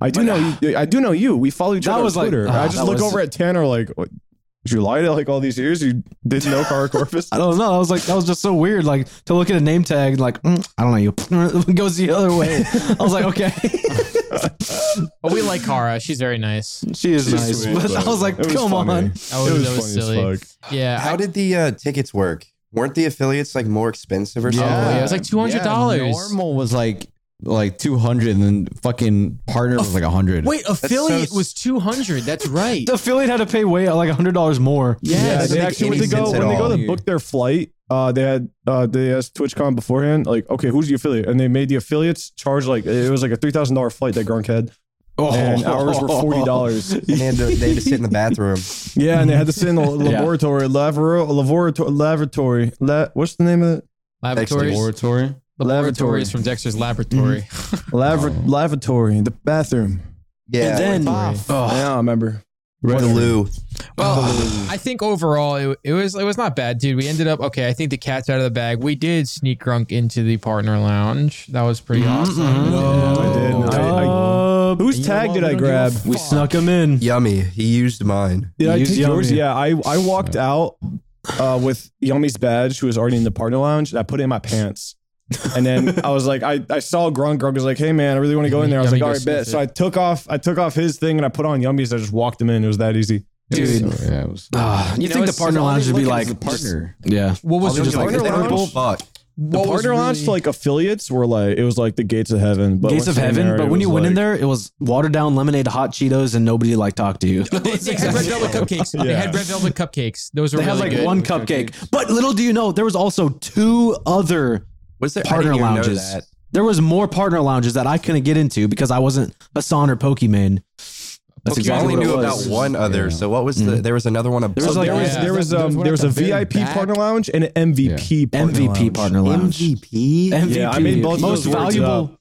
I do know. You, I do know you. We follow each That other was on like- Twitter. ah, I just that look was- over at Tanner like, what, did you lie to like all these years? You didn't know Cara Corvus. I don't know. I was like, that was just so weird. Like to look at a name tag, and like "Mm, I don't know, you goes the other way. I was like, okay, But Oh, we like Cara. She's very nice. she is nice, sweet, but I was like, It was come funny. on. That was, it was, that was funny silly. as fuck. Yeah. How did the uh, tickets work? Weren't the affiliates like more expensive or something? yeah, it was like two hundred dollars. Yeah, normal was like like two hundred, and then fucking partner was like hundred. Oh, Wait, affiliate so- was two hundred. That's right. The affiliate had to pay way like hundred dollars more. Yeah, Yeah, doesn't they make actually when any they go sense at when they all. go to book their flight, uh, they had uh, they asked TwitchCon beforehand, like, okay, who's the affiliate? And they made the affiliates charge like it was like a three thousand dollar flight that Grunk had, Oh, and ours were forty dollars. And they had, to, they had to sit in the bathroom. yeah, Oh, and they had to sit in a laboratory, lavoro, laboratory, laboratory. La- what's the name of it? laboratories, Laboratory. laboratories from Dexter's laboratory. Laver- Oh. Lavatory, the bathroom. Yeah, and then Yeah, Oh. I don't remember. the loo. Well, I think overall it, it was it was not bad, dude. We ended up okay. I think the cat's out of the bag. We did sneak grunk into the partner lounge. That was pretty Mm-hmm. awesome. I did. I- I- Oh. whose tag did I grab? we snuck him in. Yummy. He used mine. Did I Use take yours? Yummy. Yeah, I, I walked out uh, with Yummy's badge, who was already in the partner lounge, and I put it in my pants. And then I was like, I, I saw Grunk. Grunk was like, hey man, I really want to go in there. I was Yummy like, all goes right, bet. sniff So I took off I took off his thing and I put on Yummy's. I just walked him in. It was that easy. Dude, So, yeah, it was. ah, you, know, think the it's- partner all lounge they would be look at like is the partner. just- yeah, What was They were just like, like, partner they were lounge? fuck. The partner lounge to like affiliates were like it was like the gates of heaven. But gates of once you're in heaven. there, but it when you was went in like- there, it was watered down lemonade, hot Cheetos, and nobody like talked to you. They had red velvet cupcakes. They had red velvet cupcakes. Those were They had really like good. one cupcake. But little do you know, there was also two other Was there I partner didn't even know lounges. that. There was more partner lounges that I couldn't get into because I wasn't Hassan or Pokimane. That's I exactly only what it knew about was. one other. So what was the? There was another one. There was above like- there that? was Yeah. there was There's um one there at was the a very VIP back. partner lounge and an MVP partner MVP lounge. partner lounge. MVP. MVP. Yeah, I made both of most those words valuable.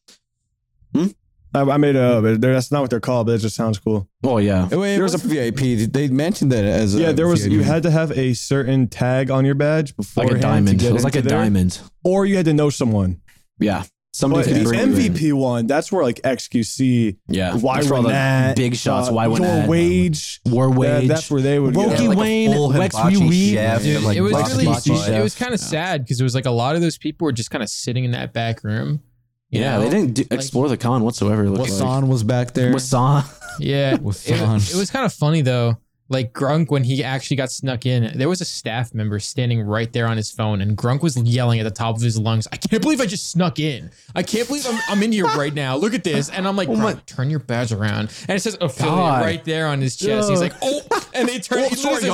I, I made it up. but That's not what they're called, but it just sounds cool. Oh yeah. Wait, there was a VIP. They mentioned that as Yeah, a there was. You VIP. had to have a certain tag on your badge before Like a diamond. It was like a diamond. or you had to know someone. Yeah. But Somebody the could bring you in. MVP one, that's where like XQC. Yeah. Why That's where all the Renat, big shots, uh, why your Renat, um, wage, War that- wage. that's where they would. Wokey go. like a Wayne, full Wex hibachi Wee Wee. chef Dude, and, like, it was lots of really, hibachi it chef. was kind of sad because it was like a lot of those people were just kind of sitting in that back room. you yeah, know? they didn't do, explore the con whatsoever. It looked like. Wassan was back there. Wassan. Yeah, it, With it songs. was kind of funny though. Like Grunk, when he actually got snuck in, there was a staff member standing right there on his phone, and Grunk was yelling at the top of his lungs, "I can't believe I just snuck in! I can't believe I'm, I'm in here right now! Look at this!" And I'm like, "Grunk, turn your badge around!" And it says affiliate God. right there on his chest. He's like, "Oh!" And they turn. he literally says,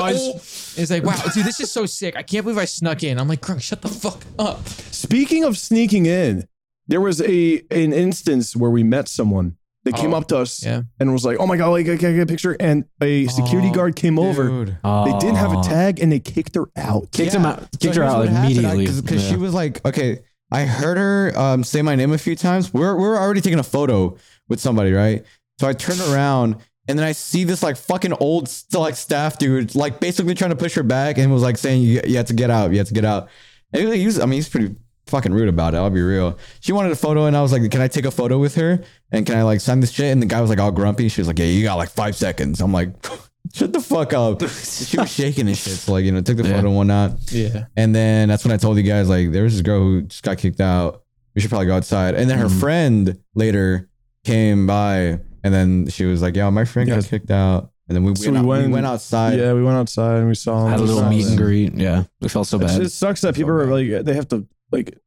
"Oh." He's like, "Wow, dude, this is so sick! I can't believe I snuck in!" I'm like, "Grunk, shut the fuck up!" Speaking of sneaking in, there was a an instance where we met someone. They came Oh, up to us yeah. and was like, "Oh my god, like, can I get a picture?" And a security Oh, guard came over. Dude. They didn't have a tag, and they kicked her out. Kicked him out. Kicked her here's out what happened, immediately. I- Cause, 'cause she Yeah. was like, okay, I heard her um, say my name a few times. We're, we're already taking a photo with somebody, right? So I turned around And then I see this like fucking old st- like staff dude, like basically trying to push her back and was like saying, you, you have to get out. You have to get out. And he was, I mean, he's pretty fucking rude about it. I'll be real. She wanted a photo and I was like, can I take a photo with her? And can I like sign this shit? And the guy was like all grumpy. She was like, yeah, you got like five seconds. I'm like, shut the fuck up. she was shaking and shit. So like, you know, took the photo and whatnot. Yeah. And then that's when I told you guys like there was this girl who just got kicked out. We should probably go outside. And then her friend later came by, and then she was like, "Yo, my friend Yeah. got kicked out." And then we, So went, we out- we went- went outside. yeah, we went outside and we saw him. Had a little Saw meet and him. greet. Yeah, it felt so It's- bad. It sucks that people are like they have to like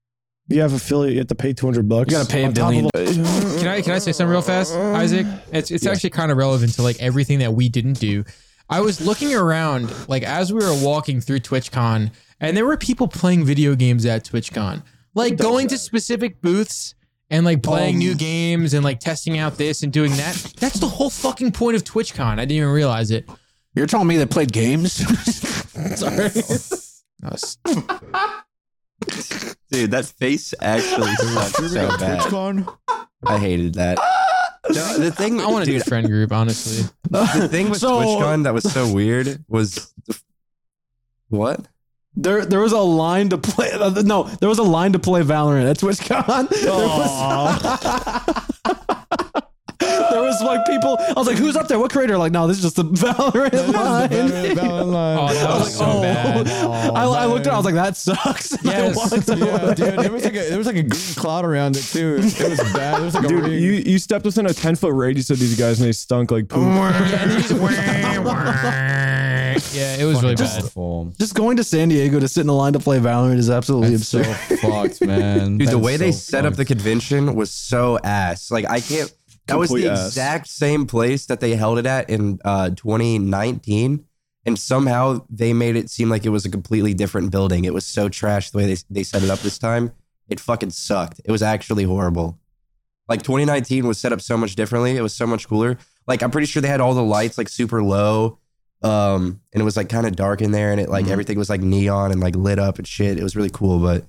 you have affiliate, you have to pay two hundred bucks. You gotta pay a on top billion. of all- Can I can I say something real fast, Isaac? It's it's actually kind of relevant to like everything that we didn't do. I was looking around like as we were walking through TwitchCon, and there were people playing video games at TwitchCon, like going to specific booths and like playing new games and like testing out this and doing that. That's the whole fucking point of TwitchCon. I didn't even realize it. You're telling me they played games? Sorry. I was- Dude, that face actually sucked so bad. I hated that. No, the thing, I want to do dude, a friend group, honestly. the thing with So- TwitchCon that was so weird was what? There, there was a line to play. uh, no, there was a line to play Valorant at TwitchCon. There was, there was like people. I was like, "Who's up there? What creator?" Like, no, this is just the Valorant line. Oh, that I was was so like, oh, bad. I, I looked at. it, I was like, that sucks. And I Yes. walked away. Yeah, dude, there was like a there was like a green cloud around it too. It was bad. It was like a Dude, really- you, you stepped within a ten foot radius of these guys and they stunk like poop. yeah, it was really bad. awful. Just going to San Diego to sit in a line to play Valorant is absolutely So absurd. fucked, man. Dude, the That's way they so set up the convention was so ass. Like I can't. That was the Complete ass. exact same place that they held it at in uh, 2019, and somehow they made it seem like it was a completely different building. It was so trash the way they they set it up this time. It fucking sucked. It was actually horrible. Like 2019 was set up so much differently. It was so much cooler. Like I'm pretty sure they had all the lights like super low, um, and it was like kind of dark in there, and it like Mm-hmm. everything was like neon and like lit up and shit. It was really cool, but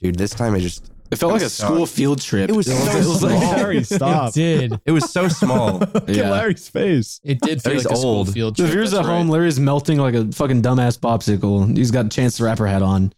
dude, this time it just It felt like a sucked. school field trip. It was so small. Larry, stop. It did. It was so small. Look at Larry's face. It did feel He's like a school old. field If trip. you're at home, Larry's melting like a fucking dumbass popsicle. He's got Chance the Rapper hat on.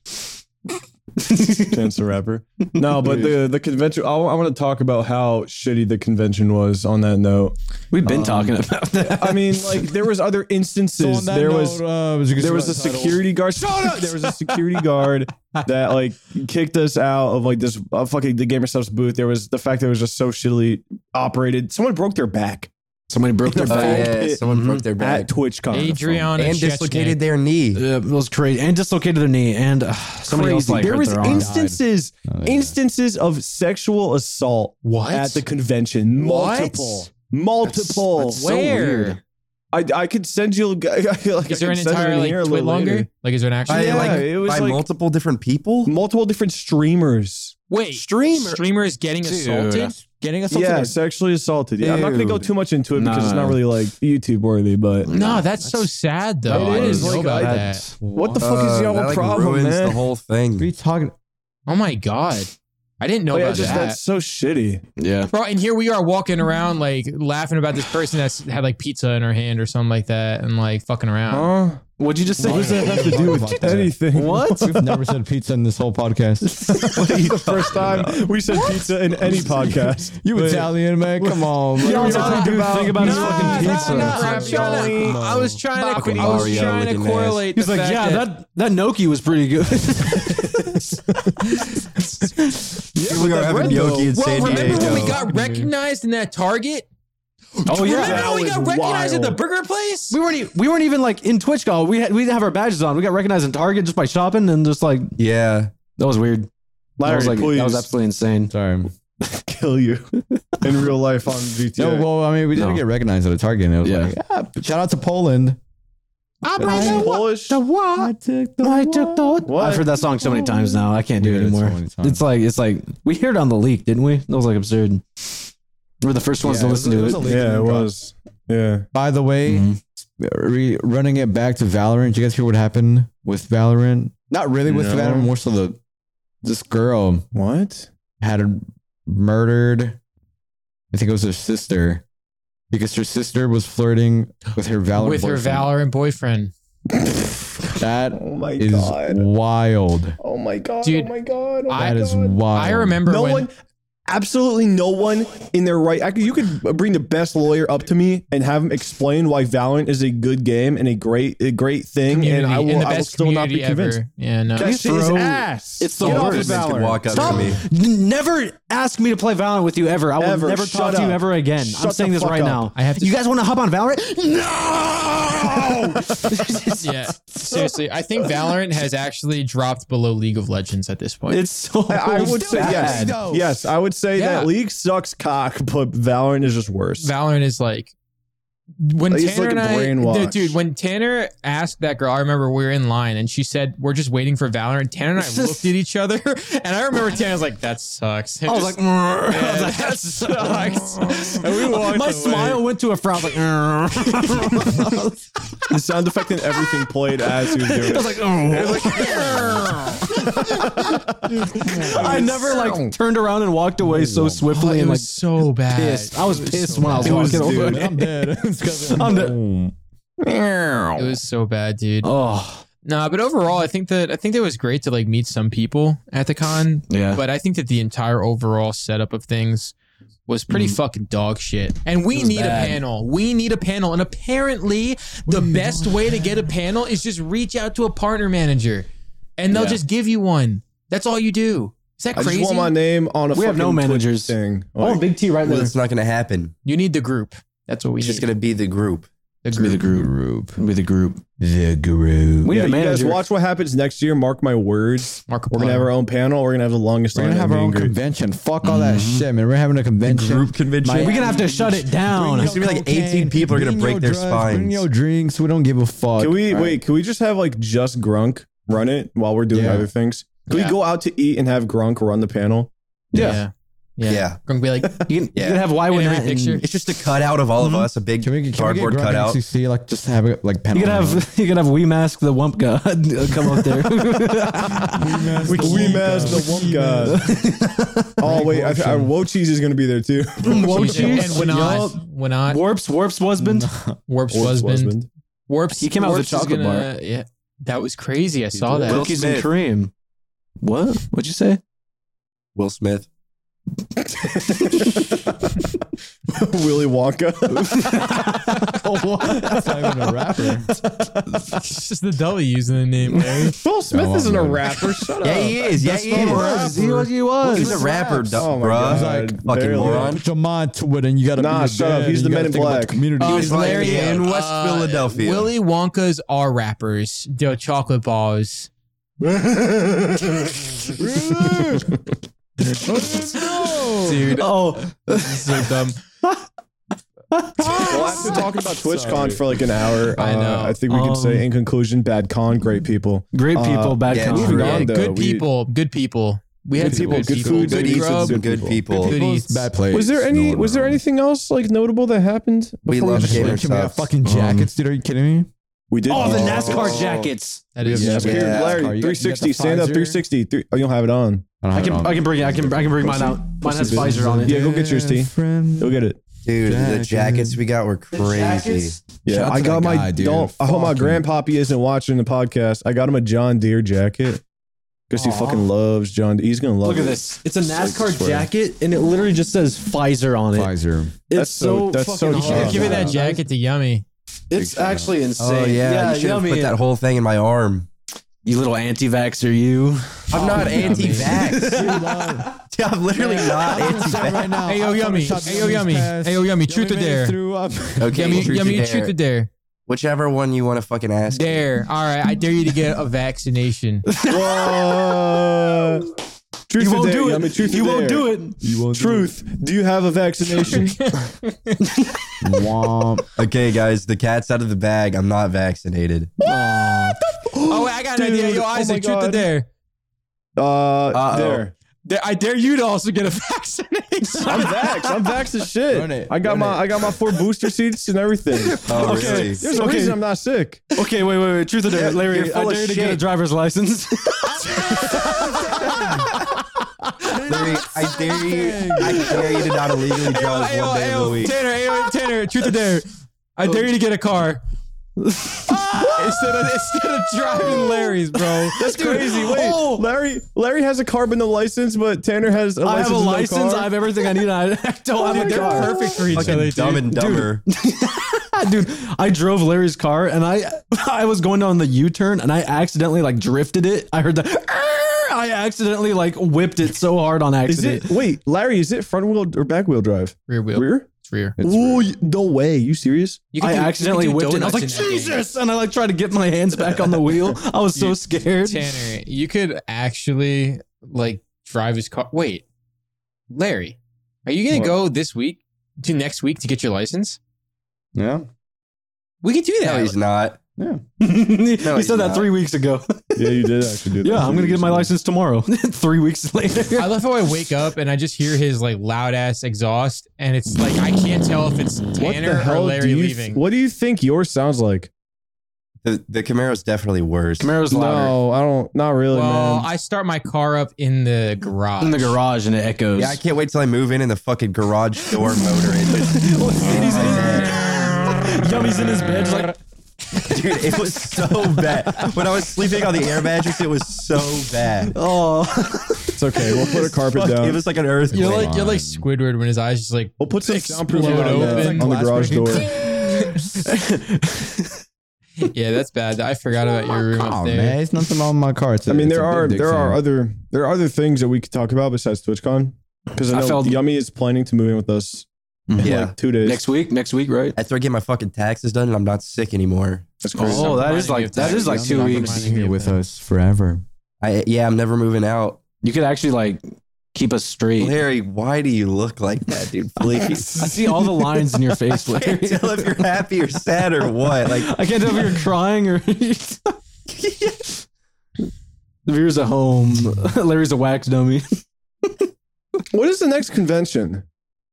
Chance the rapper. No, but the the convention. I, want to talk about how shitty the convention was. On that note, We've been talking about that. Um, I mean, like there was other So instances. on that there note, was uh, as you can see there by was the a title- security guard. Shut up! There was a security guard that like kicked us out of like this uh, fucking the gamer subs booth. There was the fact that it was just so shittily operated. Someone broke their back Somebody broke their Oh, back. yeah, someone broke their at back TwitchCon. Adriana and dislocated their knee. Yeah, it was crazy and dislocated their knee and uh, somebody else Crazy. like there hurt was their arm. instances Oh, yeah. instances of sexual assault What? at the convention. What? Multiple. Multiple. Where? I, I could send you. I, feel like Is I there an could send entire it in like here a twit little longer? later. Like, is there an actual? By, Yeah, like, it was by like- multiple different people. Multiple different streamers. wait, Streamer. streamer is getting assaulted. getting us yeah, sexually assaulted. Yeah, I'm not gonna go Dude. too much into it because it's not Nah. really like YouTube worthy. But No, that's, so sad Oh, though. I It didn't is, know like, about I- that. what the fuck Uh, is that, y'all like, problem, ruins man? the whole thing. What are you talking? Oh my god, I didn't know Like, I about Oh, just, that. that's so shitty. Yeah. Bro, and here we are walking around like laughing about this person that's had like pizza in her hand or something like that, and like fucking Huh? around. What'd you just say? What does that have to do with anything? What? We've never said pizza in this whole podcast. the first time we said pizza in any podcast. You But- Italian man, come on. You man. don't Dude, talk about think about his fucking no, pizza. no, I'm trying to- Ravioli. I was trying to, I was Mario trying to looking ass. correlate. He's the like, fact yeah, that that Noki was pretty good. Here we are having Yoki in Well, San remember when we Diego. Mm-hmm. got recognized in that Target? oh Remember yeah. when we That got was recognized at the wild. burger place? We weren't, e- we weren't even like in Twitch call. We had, we didn't have our badges on. We got recognized in Target just by shopping and just like Yeah, that was weird. that Larry, was like please that was absolutely insane. Sorry. kill you in real life on GTA. No, well, I mean, we didn't No. get recognized at a Target. And it was Yeah. like, ah, shout out to Poland. I'm Polish. I took the I took the What? I've heard that song so many times now. I can't do We it heard it so anymore. many times. it's like it's like we heard on the leak, didn't we? That was like absurd. We're the first ones to listen to it. Mm-hmm. Yeah, it was. Yeah. By the way, re- running it back to Valorant, did you guys hear what happened with Valorant? Not really with No. Valorant, more so the this girl What? had murdered. I think it was her sister. because her sister was flirting with her Valor. with her boyfriend. Valorant boyfriend. That Oh my is wild. Oh my god. Dude, oh my god. Oh my That is God. wild. I remember no when one absolutely no one in their right I could, you could bring the best lawyer up to me and have him explain why Valorant is a good game and a great a great thing community and I will, in the I will best still not be community convinced. ever. Yeah, no. Can I see his throw- ass. It's the Get off worst. of Could Valorant. walk up Stop. to me. N- Never ask me to play Valorant with you ever. I will Ever. never Shut talk to you up. ever again. I'm Shut saying the this fuck right up. now. I have to- You guys want to hop on Valorant? yeah. Seriously, I think Valorant has actually dropped below League of Legends at this point. It's so. I, I would say yes. bad. Yes, I would say Yeah. that League sucks cock, but Valorant is just worse. Valorant is like when It's Tanner like and I, brainwash. dude, when Tanner asked that girl, I remember we were in line and she said, "We're just waiting for Valorant." Tanner and I looked at each other, and I remember Tanner was like, "That sucks." I was like, "Mm." I was like, "That sucks." and we walked my away. smile went to a frown. I was like, "Mm." the sound effect and everything played as he was doing it. I was like, I never like turned around and walked away so Oh, swiftly it and like was so bad. pissed. I was pissed when I was It was walking dude. away. I'm dead. I'm the- It was so bad, dude. Oh Nah, but overall, I think that I think that it was great to like meet some people at the con. yeah. But I think that the entire overall setup of things was pretty fucking dog shit. And we need a panel. We need a panel. And apparently, the best way to get a panel is just reach out to a partner manager, and they'll just give you one. That's all you do. Is that I just crazy? want my name on a We have no fucking Twitch managers. thing. Oh, Like, big T right Well, there. it's not going to happen. you need the group. That's what we It's just need. going to be the group. The Be the group. group. Be the group. The guru. We yeah, need a you guys manager. watch what happens next year. Mark my words. Mark We're gonna have our own panel. We're gonna have the longest. We're gonna line have our own meet and greet. convention. Fuck all that shit, man. We're having a convention. convention. We're gonna have to shut it down. It's gonna be like 18 people are gonna Bring break your their drugs, Bring spines. your drinks. We don't give a fuck. Can we All right. wait? Can we just have like just Grunk run it while we're doing Yeah. other things? Can Yeah. we go out to eat and have Grunk run the panel? Yeah. Yeah. Yeah. Gonna be like, You can, Yeah. you can have why In would every not? picture. It's just a cutout of all of us, a big Hmm? Can we, can cardboard we get Grunk cutout. and XCC, like just have it like panel? You could have you could have we mask the Wump God come up there. We mess the one guy. oh wait, I, I, Wochis is gonna be there too. and Wochis, when I, yup. when I, Warps Warps husband. Warp's Or his husband, husband. Warp's. He came out with a Warp's is chocolate gonna- Yeah, that was crazy. I saw that. Will Cookies and Smith. cream. What? What'd you say? Will Smith. Willy Wonka. That's not even a rapper. It's just the W's in the name, Larry. Will Smith Oh, isn't a man. rapper. Shut up. Yeah, he is. Yeah, he not a is. rapper. He was. He was. He's a rapper, duh, Oh my bruh. God. He's Fucking Barely. moron. Put your mind to it, and you gotta. Nah, be the shut up. dad, He's and the you Men gotta in think about the Black. Uh, Community. was like, Oh, Larry uh, "Yeah, in West Philadelphia." Willy Wonka's are rappers. They're chocolate bars. Dude, Oh, this is so dumb. Well, after talking about TwitchCon for like an hour, I I know. know. I think we can Um, say in conclusion, bad con, great people. great Uh, people, bad yeah, con. moving on, Yeah, though, good we- people. Good people. We had Good some people, Good good people. food, Good good eats and grub, some good good people. people. Good People's eats. Bad place. Was there any? was there anything else like notable that happened? We before love just- Gamer Can we have Subs. fucking jackets, dude? Are you kidding me? We did. Oh, the Oh. NASCAR jackets. That We have is NASCAR. Yeah. Larry, NASCAR. You got- you got 360. the Stand up, Pfizer. 360. Three, oh, you don't have it on. don't I have it can. on. I can bring it. I can. I can bring mine out. Mine has Pfizer on it. Yeah, go get yours, T. Friend. Go get it. Dude, the jackets we got were crazy. Yeah, Shout out I to got that my. guy, dude. Don't. I hope my Fucking- grandpappy isn't watching the podcast. I got him a John Deere jacket because he fucking loves John. Deere. He's gonna love. Look at it. this. It's a like NASCAR swear. jacket, and it literally just says Pfizer on it. Pfizer. It's That's so- so. that's fucking so hard. cheap. Give me that Yeah. jacket to Yummy. It's actually insane. Oh, yeah. you should have yummy. put that whole thing in my arm. You little anti-vaxxer, you. I'm not anti vax. I'm literally not anti vax. Hey yo, Yummy. Hey yo, Yummy. Hey yo, Yummy. Truth or dare? Yummy, Okay, truth or yummy. dare. Truth or dare? Whichever one you want to fucking ask. Dare. All right, I dare you to get a vaccination. Whoa. Truth You or won't dare, do Yummy, it. truth You won't do it. You won't Truth. Do you have a vaccination? Womp. Okay, guys, the cat's out of the bag. I'm not vaccinated. Oh, wait, I got an Dude, idea. Yo, oh Isaac, my truth or God. dare? Oh. Uh, there. Dare- I dare you to also get a vaccination. I'm vaxxed. I'm vaxxed as Run it, shit. I got run my it. I got my four booster seats and everything. Oh, Okay. really? There's a Okay. reason I'm not sick. Okay, wait, wait, wait. Truth or dare, Yeah, Larry? you're full of I dare you to get a shit. driver's license. dare, I dare you. I dare you to not illegally draw us one day of the week. Tanner, ayo, Tanner, truth or dare. Oh. I dare you to get a car. instead of instead of driving Larry's, bro. That's crazy. Wait, Larry. Larry has a car but no license, but Tanner has a I license. have a and no license. car. I have everything I need. I, don't have a They're car. perfect for each Fucking other, dumb dude. and dumber. dude i drove larry's car and i i was going down the u-turn and i accidentally like drifted it i heard the "Arr!" i accidentally like whipped it so hard on Is accident it? Wait, Larry. Is it front wheel or back wheel drive? Rear wheel. Rear. It's rear. Ooh, you- no way. You serious? You i do- you accidentally do whipped it and i was like donuts in that game. jesus and i like tried to get my hands back on the wheel i was so You- scared Tanner, you could actually like drive his car. Wait, Larry, are you gonna What? go this week to next week to get your license? Yeah. We could do No, that. he's not. he he's said that not. three weeks ago Yeah, you did actually do that. yeah i'm gonna get my license tomorrow three weeks later I love how I wake up and I just hear his like loud ass exhaust, and it's like I can't tell if it's What the Tanner or hell do Larry you? leaving. what do you think yours sounds like? The, the Camaro's definitely worse. camaro's louder No, I don't. Not really, well, man. I start my car up in the garage. in the garage and it echoes Yeah, I can't wait till I move in and the fucking garage door motor. It just, he's in his yummy's in his bed just like dude, it was so bad. When I was sleeping on the air mattress, it was so bad. oh it's okay. We'll put a carpet Fuck, down. It was like an earthquake. You're like you're like Squidward when his eyes just like we'll put some soundproof on, Explode the- open. on the Glass garage breaking. door. yeah that's bad I forgot about your room Oh, up there man, it's nothing wrong with my car. It's a- I mean, it's a there big are dick there are thing. other there are other things that we could talk about besides TwitchCon because I I know felt- Yummy is planning to move in with us in Yeah. like two days. Mm-hmm. next week next week right After I get my fucking taxes done and I'm not sick anymore. That's crazy. Oh, that Reminding is me like of that that. is like I'm two not weeks. reminding you of that. us forever. I yeah, I'm never moving out. You could actually like keep us straight. Larry, why do you look like that, dude? Please. I see all the lines in your face, I Larry. can't tell if you're happy or sad or what. Like I can't tell if you're crying or. the viewers at home, Larry's a wax dummy. What is the next convention?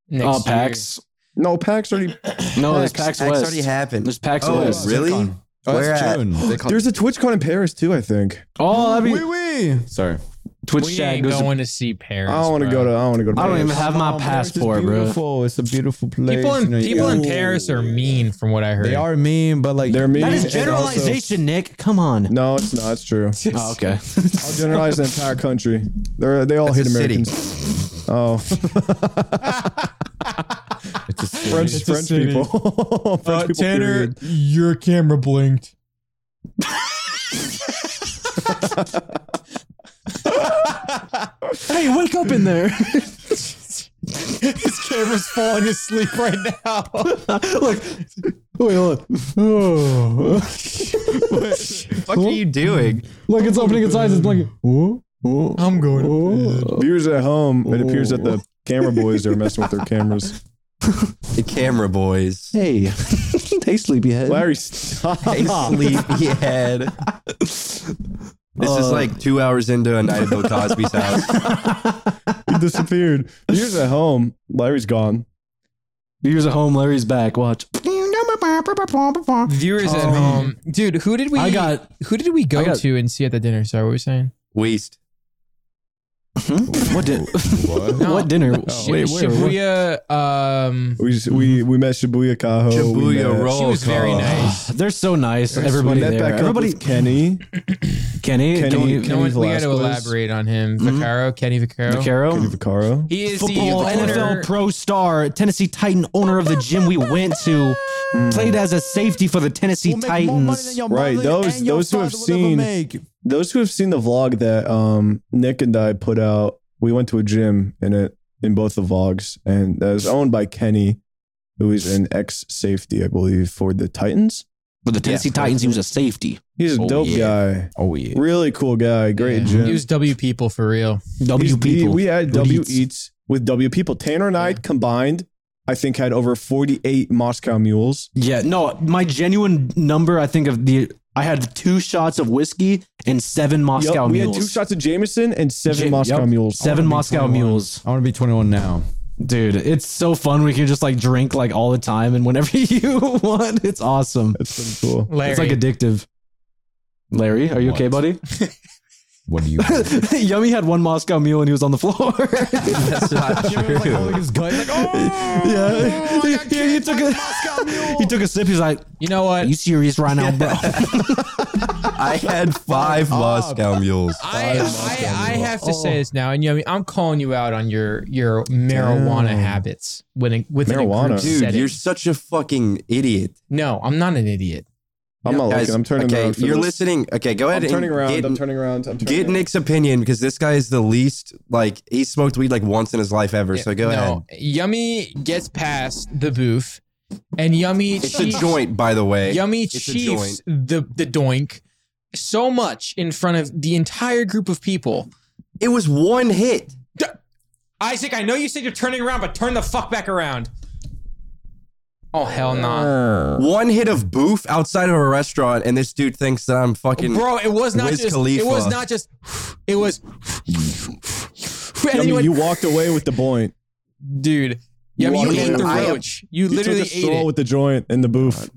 Next Oh, year. PAX. No, PAX already. No, there's PAX, That's West. already happened. There's PAX oh, West. really? Oh, Where that's at? June. They call- There's a TwitchCon in Paris too. I think. Oh, that'd be Sorry. Twitch we chat ain't goes. going to see Paris I don't want to bro. go to. I want to go to. I don't Paris. even have my Oh, Paris is passport, bro. beautiful. It's a beautiful place. People in you know, you people got- in Paris are mean, from what I heard. They are mean, but like They're mean. That is and also- generalization, Nick. Come on. no, it's not. It's true. Oh, okay. I'll generalize the entire country. They're they all That's hate a city. Americans. Oh, It's a city. Uh, French It's a French city. people. French people. period. your camera blinked. hey, wake up in there. His camera's falling asleep right now. look. Wait, look. Oh. What are you doing? Look, it's opening its eyes. It's blinking. Oh, oh, I'm going. to oh. Viewers at home, it appears that the camera boys are messing with their cameras. The camera boys. Hey, hey, sleepyhead. Larry, stop. Hey, sleepyhead. This is like two hours into a night at Bill Cosby's house. He disappeared. Viewers at home, Larry's gone. Here's a home. Larry's back. Watch. Viewers at home, Um, dude. Who did we? I got. Who did we go I got- to and see at the dinner? Sorry, what were we saying? Waste. What did? What? what dinner? Wait, Shi- where? what- Oh, Shibuya. Um, We just, we we met Shibuya Kaho. Oh, we Shibuya met- roll she was very call. nice. They're so nice. We Everybody met there. back Everybody. Everybody, Kenny. Kenny. Kenny- Kenny. Kenny No one. We got to Velasquez. elaborate on him. Vaccaro, Kenny Vaccaro. Kenny Vaccaro. Vaccaro. He is Football, the owner- NFL pro star, Tennessee Titan owner of the gym we went to, played as a safety for the Tennessee Titans. Right, those- those who have seen- Those who have seen the vlog that um, Nick and I put out, we went to a gym in it in both the vlogs, and that was owned by Kenny, who is an ex safety, I believe, for the Titans. For the Tennessee Titans, he was a safety. He's a Oh, dope yeah. guy. Oh yeah. Really cool guy. Great gym. He was W people for real. W He's the- people. we had Who W eats? eats with W people. Tanner and I combined, I think, had over forty-eight Moscow mules. Yeah, no, my genuine number, I think of the I had two shots of whiskey and seven Yup, Moscow we mules. had two shots of Jameson and seven Ja- Moscow yup, mules. Oh, Seven Moscow mules. I want to be 21 now. Dude, it's so fun. We can just like drink like all the time and whenever you want. It's awesome. That's pretty cool. Larry. It's like addictive. Larry, are you okay, buddy? What do you? Yummy had one Moscow mule and he was on the floor. That's not true. his gut. Like, oh, yeah, he, he took a he took a sip. He's like, You know what? "You serious right now, bro?" I had five Moscow mules. I, Five I, I have to say this now, and you know, I'm calling you out on your your marijuana habits when it, within a Marijuana. Dude, group Dude, setting. you're such a fucking idiot. no, I'm not an idiot. I'm not Guys, looking. I'm turning okay, around. for you're this. listening. Okay, go ahead I'm and turning around. get, I'm turning around. I'm turning get around. Nick's opinion because this guy is the least like he smoked weed like once in his life ever. So go ahead. Yummy gets past the booth, and Yummy It's a cheats- joint, by the way. Yummy It's a chiefs the the doink so much in front of the entire group of people. It was one hit. Isaac, I know you said you're turning around, but turn the fuck back around. Oh hell no. One hit of boof outside of a restaurant, and this dude thinks that I'm fucking. Bro, it was not Wiz just Khalifa. it was not just it was and I then mean, you went, you walked away with the joint. dude. you Yummy, walked you ate in. the I am- roach. you You literally took a ate stroll it. with the joint in the booth.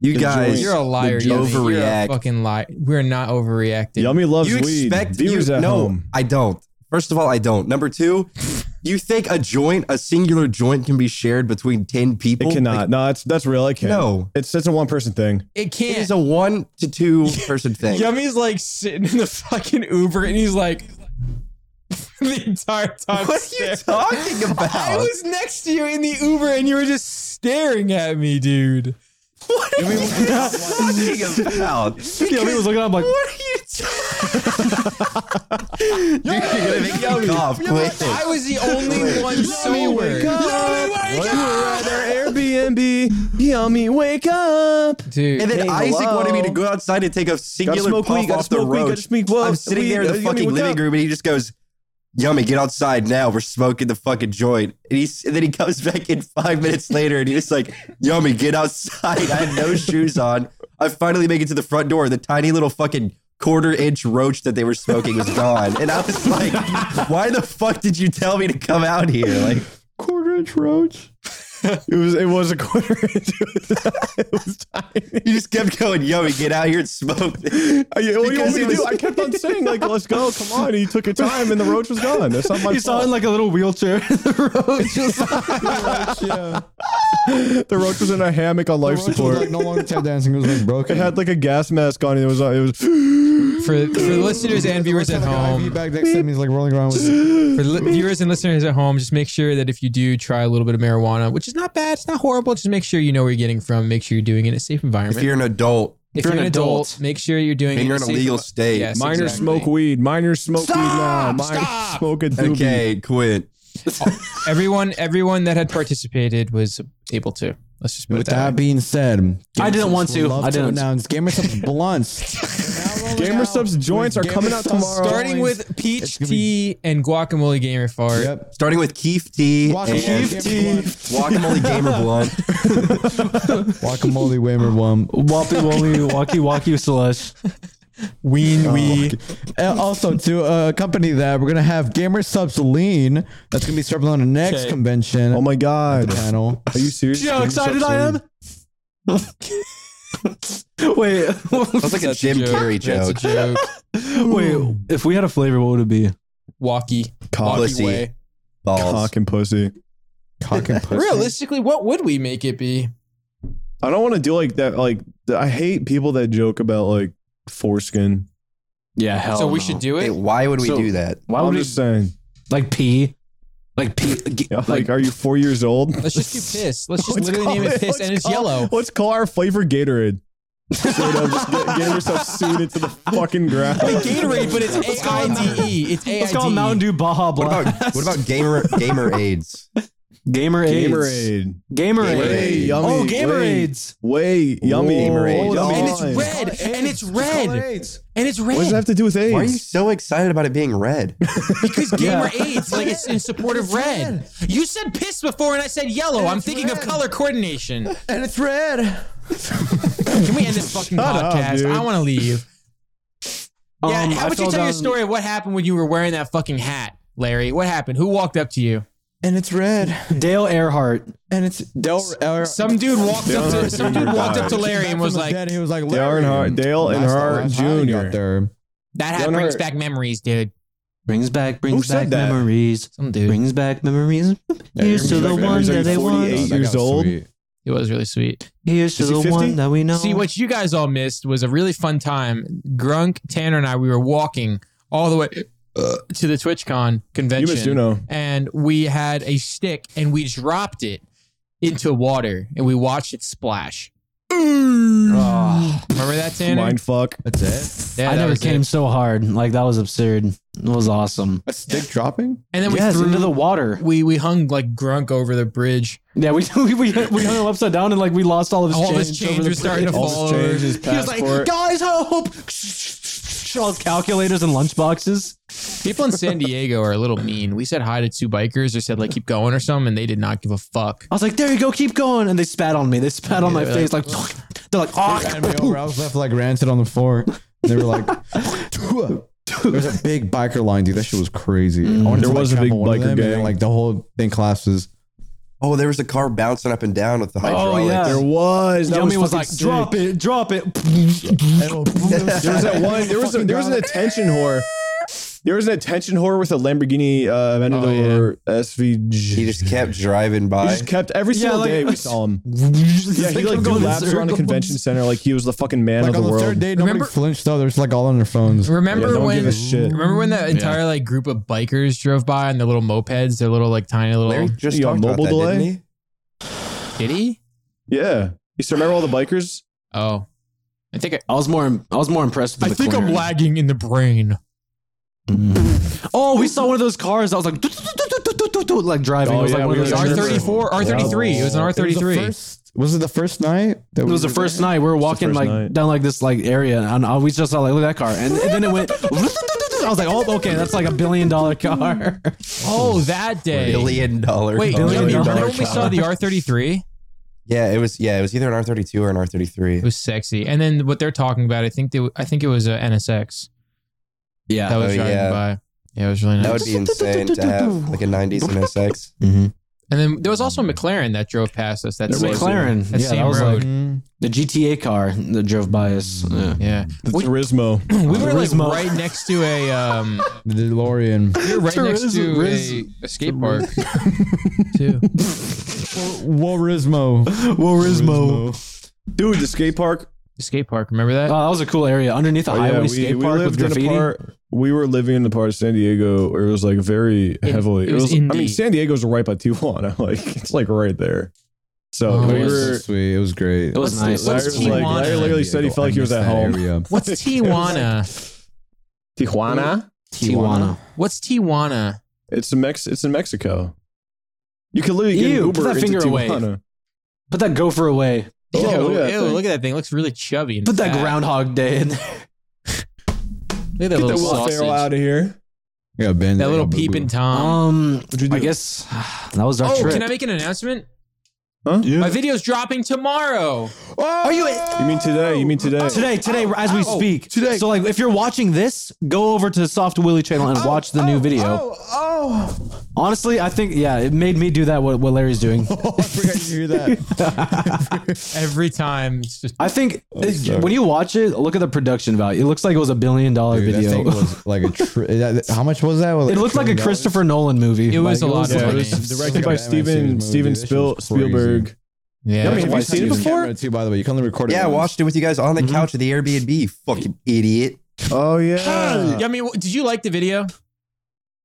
you the guys, joint. You're a liar. The Yummy. You're a overreact. fucking liar. We're not overreacting. Yummy loves you weed. expect Viewers you, at no, home. I don't. First of all, I don't. Number two, you think a joint, a singular joint, can be shared between ten It people? cannot. Like, no, that's that's real. I can't. No. it's that's a one person thing. It it can't. is a one to two person thing. Yummy's like sitting in the fucking Uber and he's like the entire time. What are you staring. talking about? I was next to you in the Uber and you were just staring at me, dude. what are you talking about? Yummy was looking at him like, What are you talking You're gonna make me cough quick. I was the only one sober. Airbnb. Yummy, wake up. Dude, And then Hey, Isaac hello. wanted me to go outside and take a singular smoke puff weed, gotta off the smoke weed, gotta roach. smoke weed, I'm sitting there in the uh, yummy, fucking wake living up. room, and he just goes, "Yummy, get outside now. We're smoking the fucking joint." And, he's, and then he comes back in five minutes later, and he's like, "Yummy, get outside." I had no shoes on. I finally make it to the front door. The tiny little fucking quarter inch roach that they were smoking was gone, and I was like, "Why the fuck did you tell me to come out here?" Like, Quarter inch roach. it was it was a quarter inch. it was tiny. you just kept going, "Yummy, get out here and smoke." I, what do you want Because me he to do? was- I kept on saying like, "Let's go, come on." And he took your time, and the roach was gone. That's not my he saw fault. it in like a little wheelchair. the roach was yeah. the roach was in a hammock on life support. like no longer tap dancing. It was like broken. It had like a gas mask on. And it was uh, it was. for, for the listeners and viewers at IV home, bag next to him. He's like rolling around with. for li- viewers and listeners at home, just make sure that if you do try a little bit of marijuana, which is not bad, it's not horrible, just make sure you know where you're getting from. Make sure you're doing it in a safe environment. If you're an adult, If you're an adult, make sure you're doing it and you're in in a a safe legal envi- state. Yes, Miners exactly. smoke weed. Miners smoke weed now. Stop! Miners Stop! smoke a doobie. Okay, quit. Everyone, everyone that had participated was able to. Let's just put it With that. that way. being said, I didn't want to. love I to didn't. announce Gamersub's blunts. Gamer subs joints are coming out tomorrow. Starting with peach tea and guacamole gamer fart. Yep. Starting with Keef T. Guacamole and Keef T. Guacamole Gamer Blunt. Guacamole Whammer Wum. Wappy Wally Walkie Walkie Slush. Ween wee. Oh, And also to uh, accompany that, we're gonna have Gamer Subs Lean. That's gonna be starting on the next convention. Oh my god. Panel. Are you serious? See how Gamer excited subs I am? soon. Wait, That's like a Jim Carrey That's a joke. joke. wait. If we had a flavor, what would it be? Walkie. Cock, Let's Walkie see. way. Balls. cock and pussy. Cock and pussy. Realistically, what would we make it be? I don't want to do like that. Like th- I hate people that joke about like foreskin. Yeah, hell. so we no. should do Hey, it. why would we So- do that? Why I'm would we just saying. like pee? Like pee? g- Yeah, like, Like are you four years old? Let's just do piss. Let's just Let's literally call name it piss, let's and it's call- yellow. Let's call our flavor Gatorade. Straight up, just get, get yourself sued into the fucking ground. Gatorade, but it's A I D E. It's A I D E. let's call it Mountain Dew Baja What Blast. about what about gamer gamer aids? Gamer Aids? Gamerade. Gamer Way Aids. yummy. Oh, Gamer way- Aids. Way yummy. Gamerade. Hold Oh, on. And it's red. And it's red. And it's What does that red. have to do with AIDS? Why are you so excited about it being red? Because gamer aids, like it's in support of red. You said piss before and I said yellow. I'm thinking of color coordination. and it's red. Can we end this fucking up, podcast? dude. I want to leave. Yeah, Um, how I about you fell tell your down- story of what happened when you were wearing that fucking hat, Larry? What happened? Who walked up to you? And it's red. Dale Earhart. And it's Del. Er, Some dude walked up to some dude walked up to Larry Back and from was the like, dead, he was like Dale Earnhardt, Dale That's the Earnhardt last time I got Jr. there. That ha- Don't brings hurt. back memories, dude. Brings back, brings said back that? memories. Some dude. Brings back memories. Yeah, Here's to you're the right. one He's that like they want. 48. Eight years old? It was really sweet. Here's to Is he the 50? one that we know. See, what you guys all missed was a really fun time. Grunk, Tanner, and I, we were walking all the way uh, to the TwitchCon You convention. missed Juno. and we had a stick and we dropped it into water and we watched it splash. Ah, Remember that, Tanner? Mind fuck. That's it. Yeah, I that never was came it. so hard. Like that was absurd. It was awesome. A stick dropping? And then we yes, threw into the water. we we hung like grunk over the bridge. Yeah, we we we, we hung him upside down and like we lost all of his All of change. his over change the was starting to bridge. All fall this over. change is He was passport. like, guys, help! All calculators and lunchboxes. People in San Diego are a little mean. We said hi to two bikers or said like keep going or something, and they did not give a fuck. I was like, there you go, keep going, and they spat on me. They spat on my Yeah, face like they're like, And we over. I was left like ranted on the floor. And they were like, "Tua." Mm. there was a big biker line, dude. That shit was crazy. I wanted There to, like, was a big trample one of biker them, and then, gang. like the whole thing collapses. Oh, there was a car bouncing up and down with the hydraulics. yeah. there was. That Yummy was fucking like, sick. drop it, drop it. There was that one. There was a, there was an attention whore. There was an attention whore with a Lamborghini uh, Aventador SVG. He just kept driving He by. just kept every single like- day we saw him. Yeah, yeah, he like did laps around the convention center like he was the fucking man Like of on the, the world. third day, nobody Remember- flinched though. They're just like all on their phones. Remember Yeah, don't when give a shit. remember when that entire like group of bikers drove by and their little mopeds, their little like tiny little Larry just You on talked about mobile that, delay? didn't he? kitty? Yeah. You still remember all the bikers? Oh. I think I, I was more, I was more impressed. With I the think I'm corner. lagging in the brain. Oh, we saw one of those cars. that was like, "Doo-doo-doo-doo-doo-doo-doo," like driving. Oh, it was yeah, like one we of were those driving. R34, R33. It was an It was the R33. first- Was it the first night? that It we was the were first night we were walking first like night. down like this like area, and I- we just saw like look at that car, and, and then it went. I was like, oh, okay, that's like a billion dollar car. Oh, that day. Billion dollar. Wait, car. you Billion know- you dollar know when we car. saw the R33? Yeah, it was. Yeah, it was either an R thirty two or an R thirty It three. was sexy. And then what they're talking about, I think they, I think it was a NSX Yeah, that was Oh, driving yeah. by. Yeah, it was really nice. That would be insane to have like a nineties NSX. Mm-hmm. and then there was also a McLaren that drove past us. That It's same- McLaren. That yeah, same that was road. like the GTA car that drove by us. Mm. Yeah. Yeah, The Turismo. we were like Turismo. right next to a um, The DeLorean. we were right next to a, Turismo. a skate park too. Warismo. Warismo. Dude, the skate park. The skate park, remember Oh, that? that was a cool area underneath a Oh, highway skate park with graffiti. in a part. We were living in the part of San Diego where it was like very heavily. it was I mean, indie. San Diego's right by Tijuana. Like it's like right there. So Oh, we It was so were. sweet. It was great. It was What's nice. the- Larry, what's was like, Tijuana. Larry literally said he felt like he was at home. What's Tijuana? Tijuana. Tijuana. What's Tijuana? It's in Mex. It's in Mexico. You can literally get Ew, an put Uber that into finger away. Tijuana. Put that gopher away. Oh, Yo, look at that ew, thing. look at that thing. It looks really chubby. and Put that fat. Groundhog Day in there. Look at that Get little that Will sausage. Ferrell out of here. Yeah, Ben. That little peeping tom. Um, you do? I guess that was our oh, trip. can I make an announcement? Huh? My video's dropping tomorrow. Are you You mean today? You mean today? today? Today, as we speak. today. So, like, if you're watching this, go over to the Soft Willy channel and watch the new video. Honestly, I think yeah, it made me do that. What, what Larry's doing. I forgot you hear that. Every time, it's just I think when you watch it, look at the production value. It looks like it was a billion dollar Dude, that video. thing was like a. Tri- that- how much was that? it looked like a Christopher Nolan movie. It was Like, a lot of Yeah, like- it money. was Directed directed by by Steven Steven Steven Spiel- Spiel, Spielberg. Spielberg. yeah. I mean, have you seen it before? Too, by the way, you can only record it. Yeah, I once. watched it with you guys on the couch of the Airbnb. You fucking idiot. Oh yeah. I mean, w- did you like the video?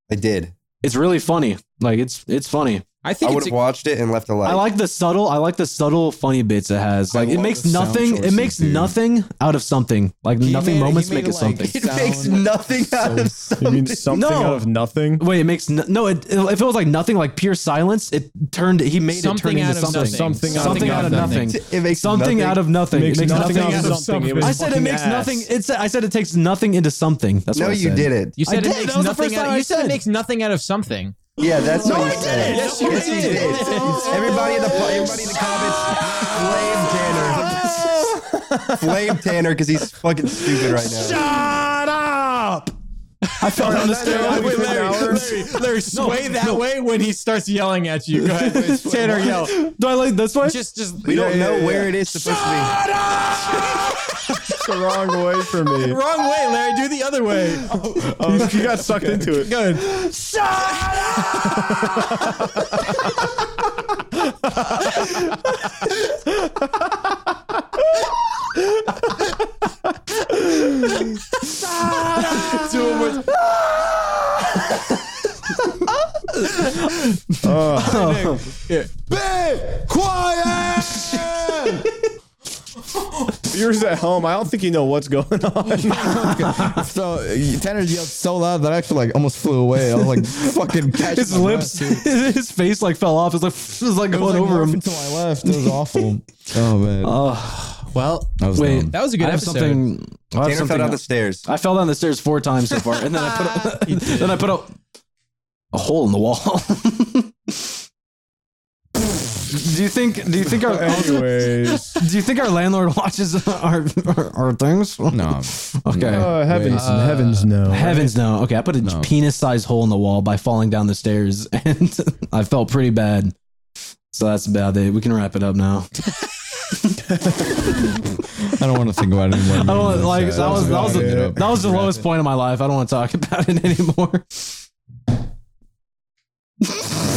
I did. it's really funny. Like it's it's funny. I I think would it's have a- watched it and left a like. I like the subtle. I like the subtle funny bits it has. I Like it love makes the sound nothing. It choices, makes dude. nothing out of something. Like He nothing made- moments he made make it like something. it sound- makes nothing out of You something. mean something No. out of nothing? Wait, it makes no. no it, if it was like nothing, like pure silence, it turned. He made Something it turn out into of something. nothing. Something, out of nothing. It makes Something nothing. out of nothing. Makes it makes nothing, nothing out of something. It was I said it fucking makes ass. nothing. It's. I said it takes nothing into something. That's No, what I you said. didn't. you said I it did. makes That was the nothing. first out, time I you said said. it makes nothing out of something. Yeah, that's no, what I you said. didn't. Yes, you did. Everybody in the po- everybody in the comments, flame Tanner, flame Tanner, because he's fucking stupid right now. I fell down the stairs. Wait, Larry, sway that way when he starts yelling at you. Go ahead, Tanner, yell. Do I like this one? Just, just We don't yeah, know yeah, where it is supposed to be. the wrong way for me. Wrong way, Larry. Do the other way. Oh, you got sucked into it. Good. Yours at home. I don't think you know what's going on. So uh, Tanner yelled so loud that I actually like almost flew away. I was like fucking catching His lips, his face like fell off. It's like, it's like It was going like over morph him. until I left. It was awful. oh man. Well, That was Wait, dumb. that was a good I have episode. something. I have Tanner fell something down the else. stairs. I fell down the stairs four times so far, and then I put up, then I put up a hole in the wall. do you think? Do you think our Anyways, do you think our landlord watches our our, our things? no. Okay. uh, heavens, Uh, heavens, no. Heavens no. Okay, I put a No. penis-sized hole in the wall by falling down the stairs, and I felt pretty bad. So that's about it. We can wrap it up now. I don't want to think about it anymore. I don't like that was that was about the, it. that was the lowest point of my life. I don't want to talk about it anymore.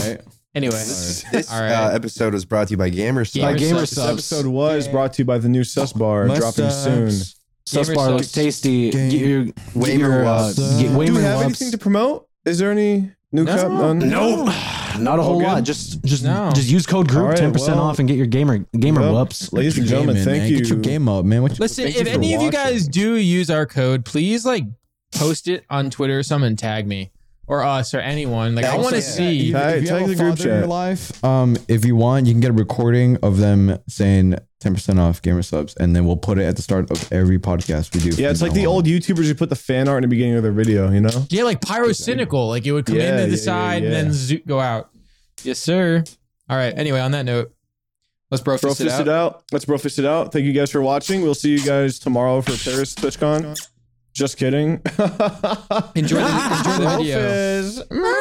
Right. anyway, This All right. uh, episode was brought to you by Gamers. My Gamer gamer sucks. This subs. episode was brought to you by the new Sus Bar, dropping soon. Sus Gamer bar sucks. looks tasty. Get your, Wamer get your, uh, Wubs. get Wamer Do we have Wubs. anything to promote? Is there any new No. cup? None? Nope. Not a whole All good? lot. Just just No. just use code All group right, ten percent well, off and get your gamer gamer Well, whoops. Ladies and gentlemen, thank Get your you. game up, man. What you- Listen, thank if for any of you guys watching. do use our code, please like post it on Twitter or something and tag me or us or anyone. Like I Also, want to yeah, see. Tag- if you tag have a the group father in your chat. life, um, if you want, you can get a recording of them saying 10% off gamer subs, and then we'll put it at the start of every podcast we do. Yeah, from it's like now the on. old YouTubers who put the fan art in the beginning of their video, you know? Yeah, like pyro cynical. Like it would come Yeah, into the yeah, yeah, side yeah. and then zoot, go out. Yes, sir. All right. Anyway, on that note, let's bro Bro fist fist it it out. out. Let's bro fist it out. Thank you guys for watching. We'll see you guys tomorrow for Paris TwitchCon. Just kidding. Enjoy the, enjoy the video. Fizz.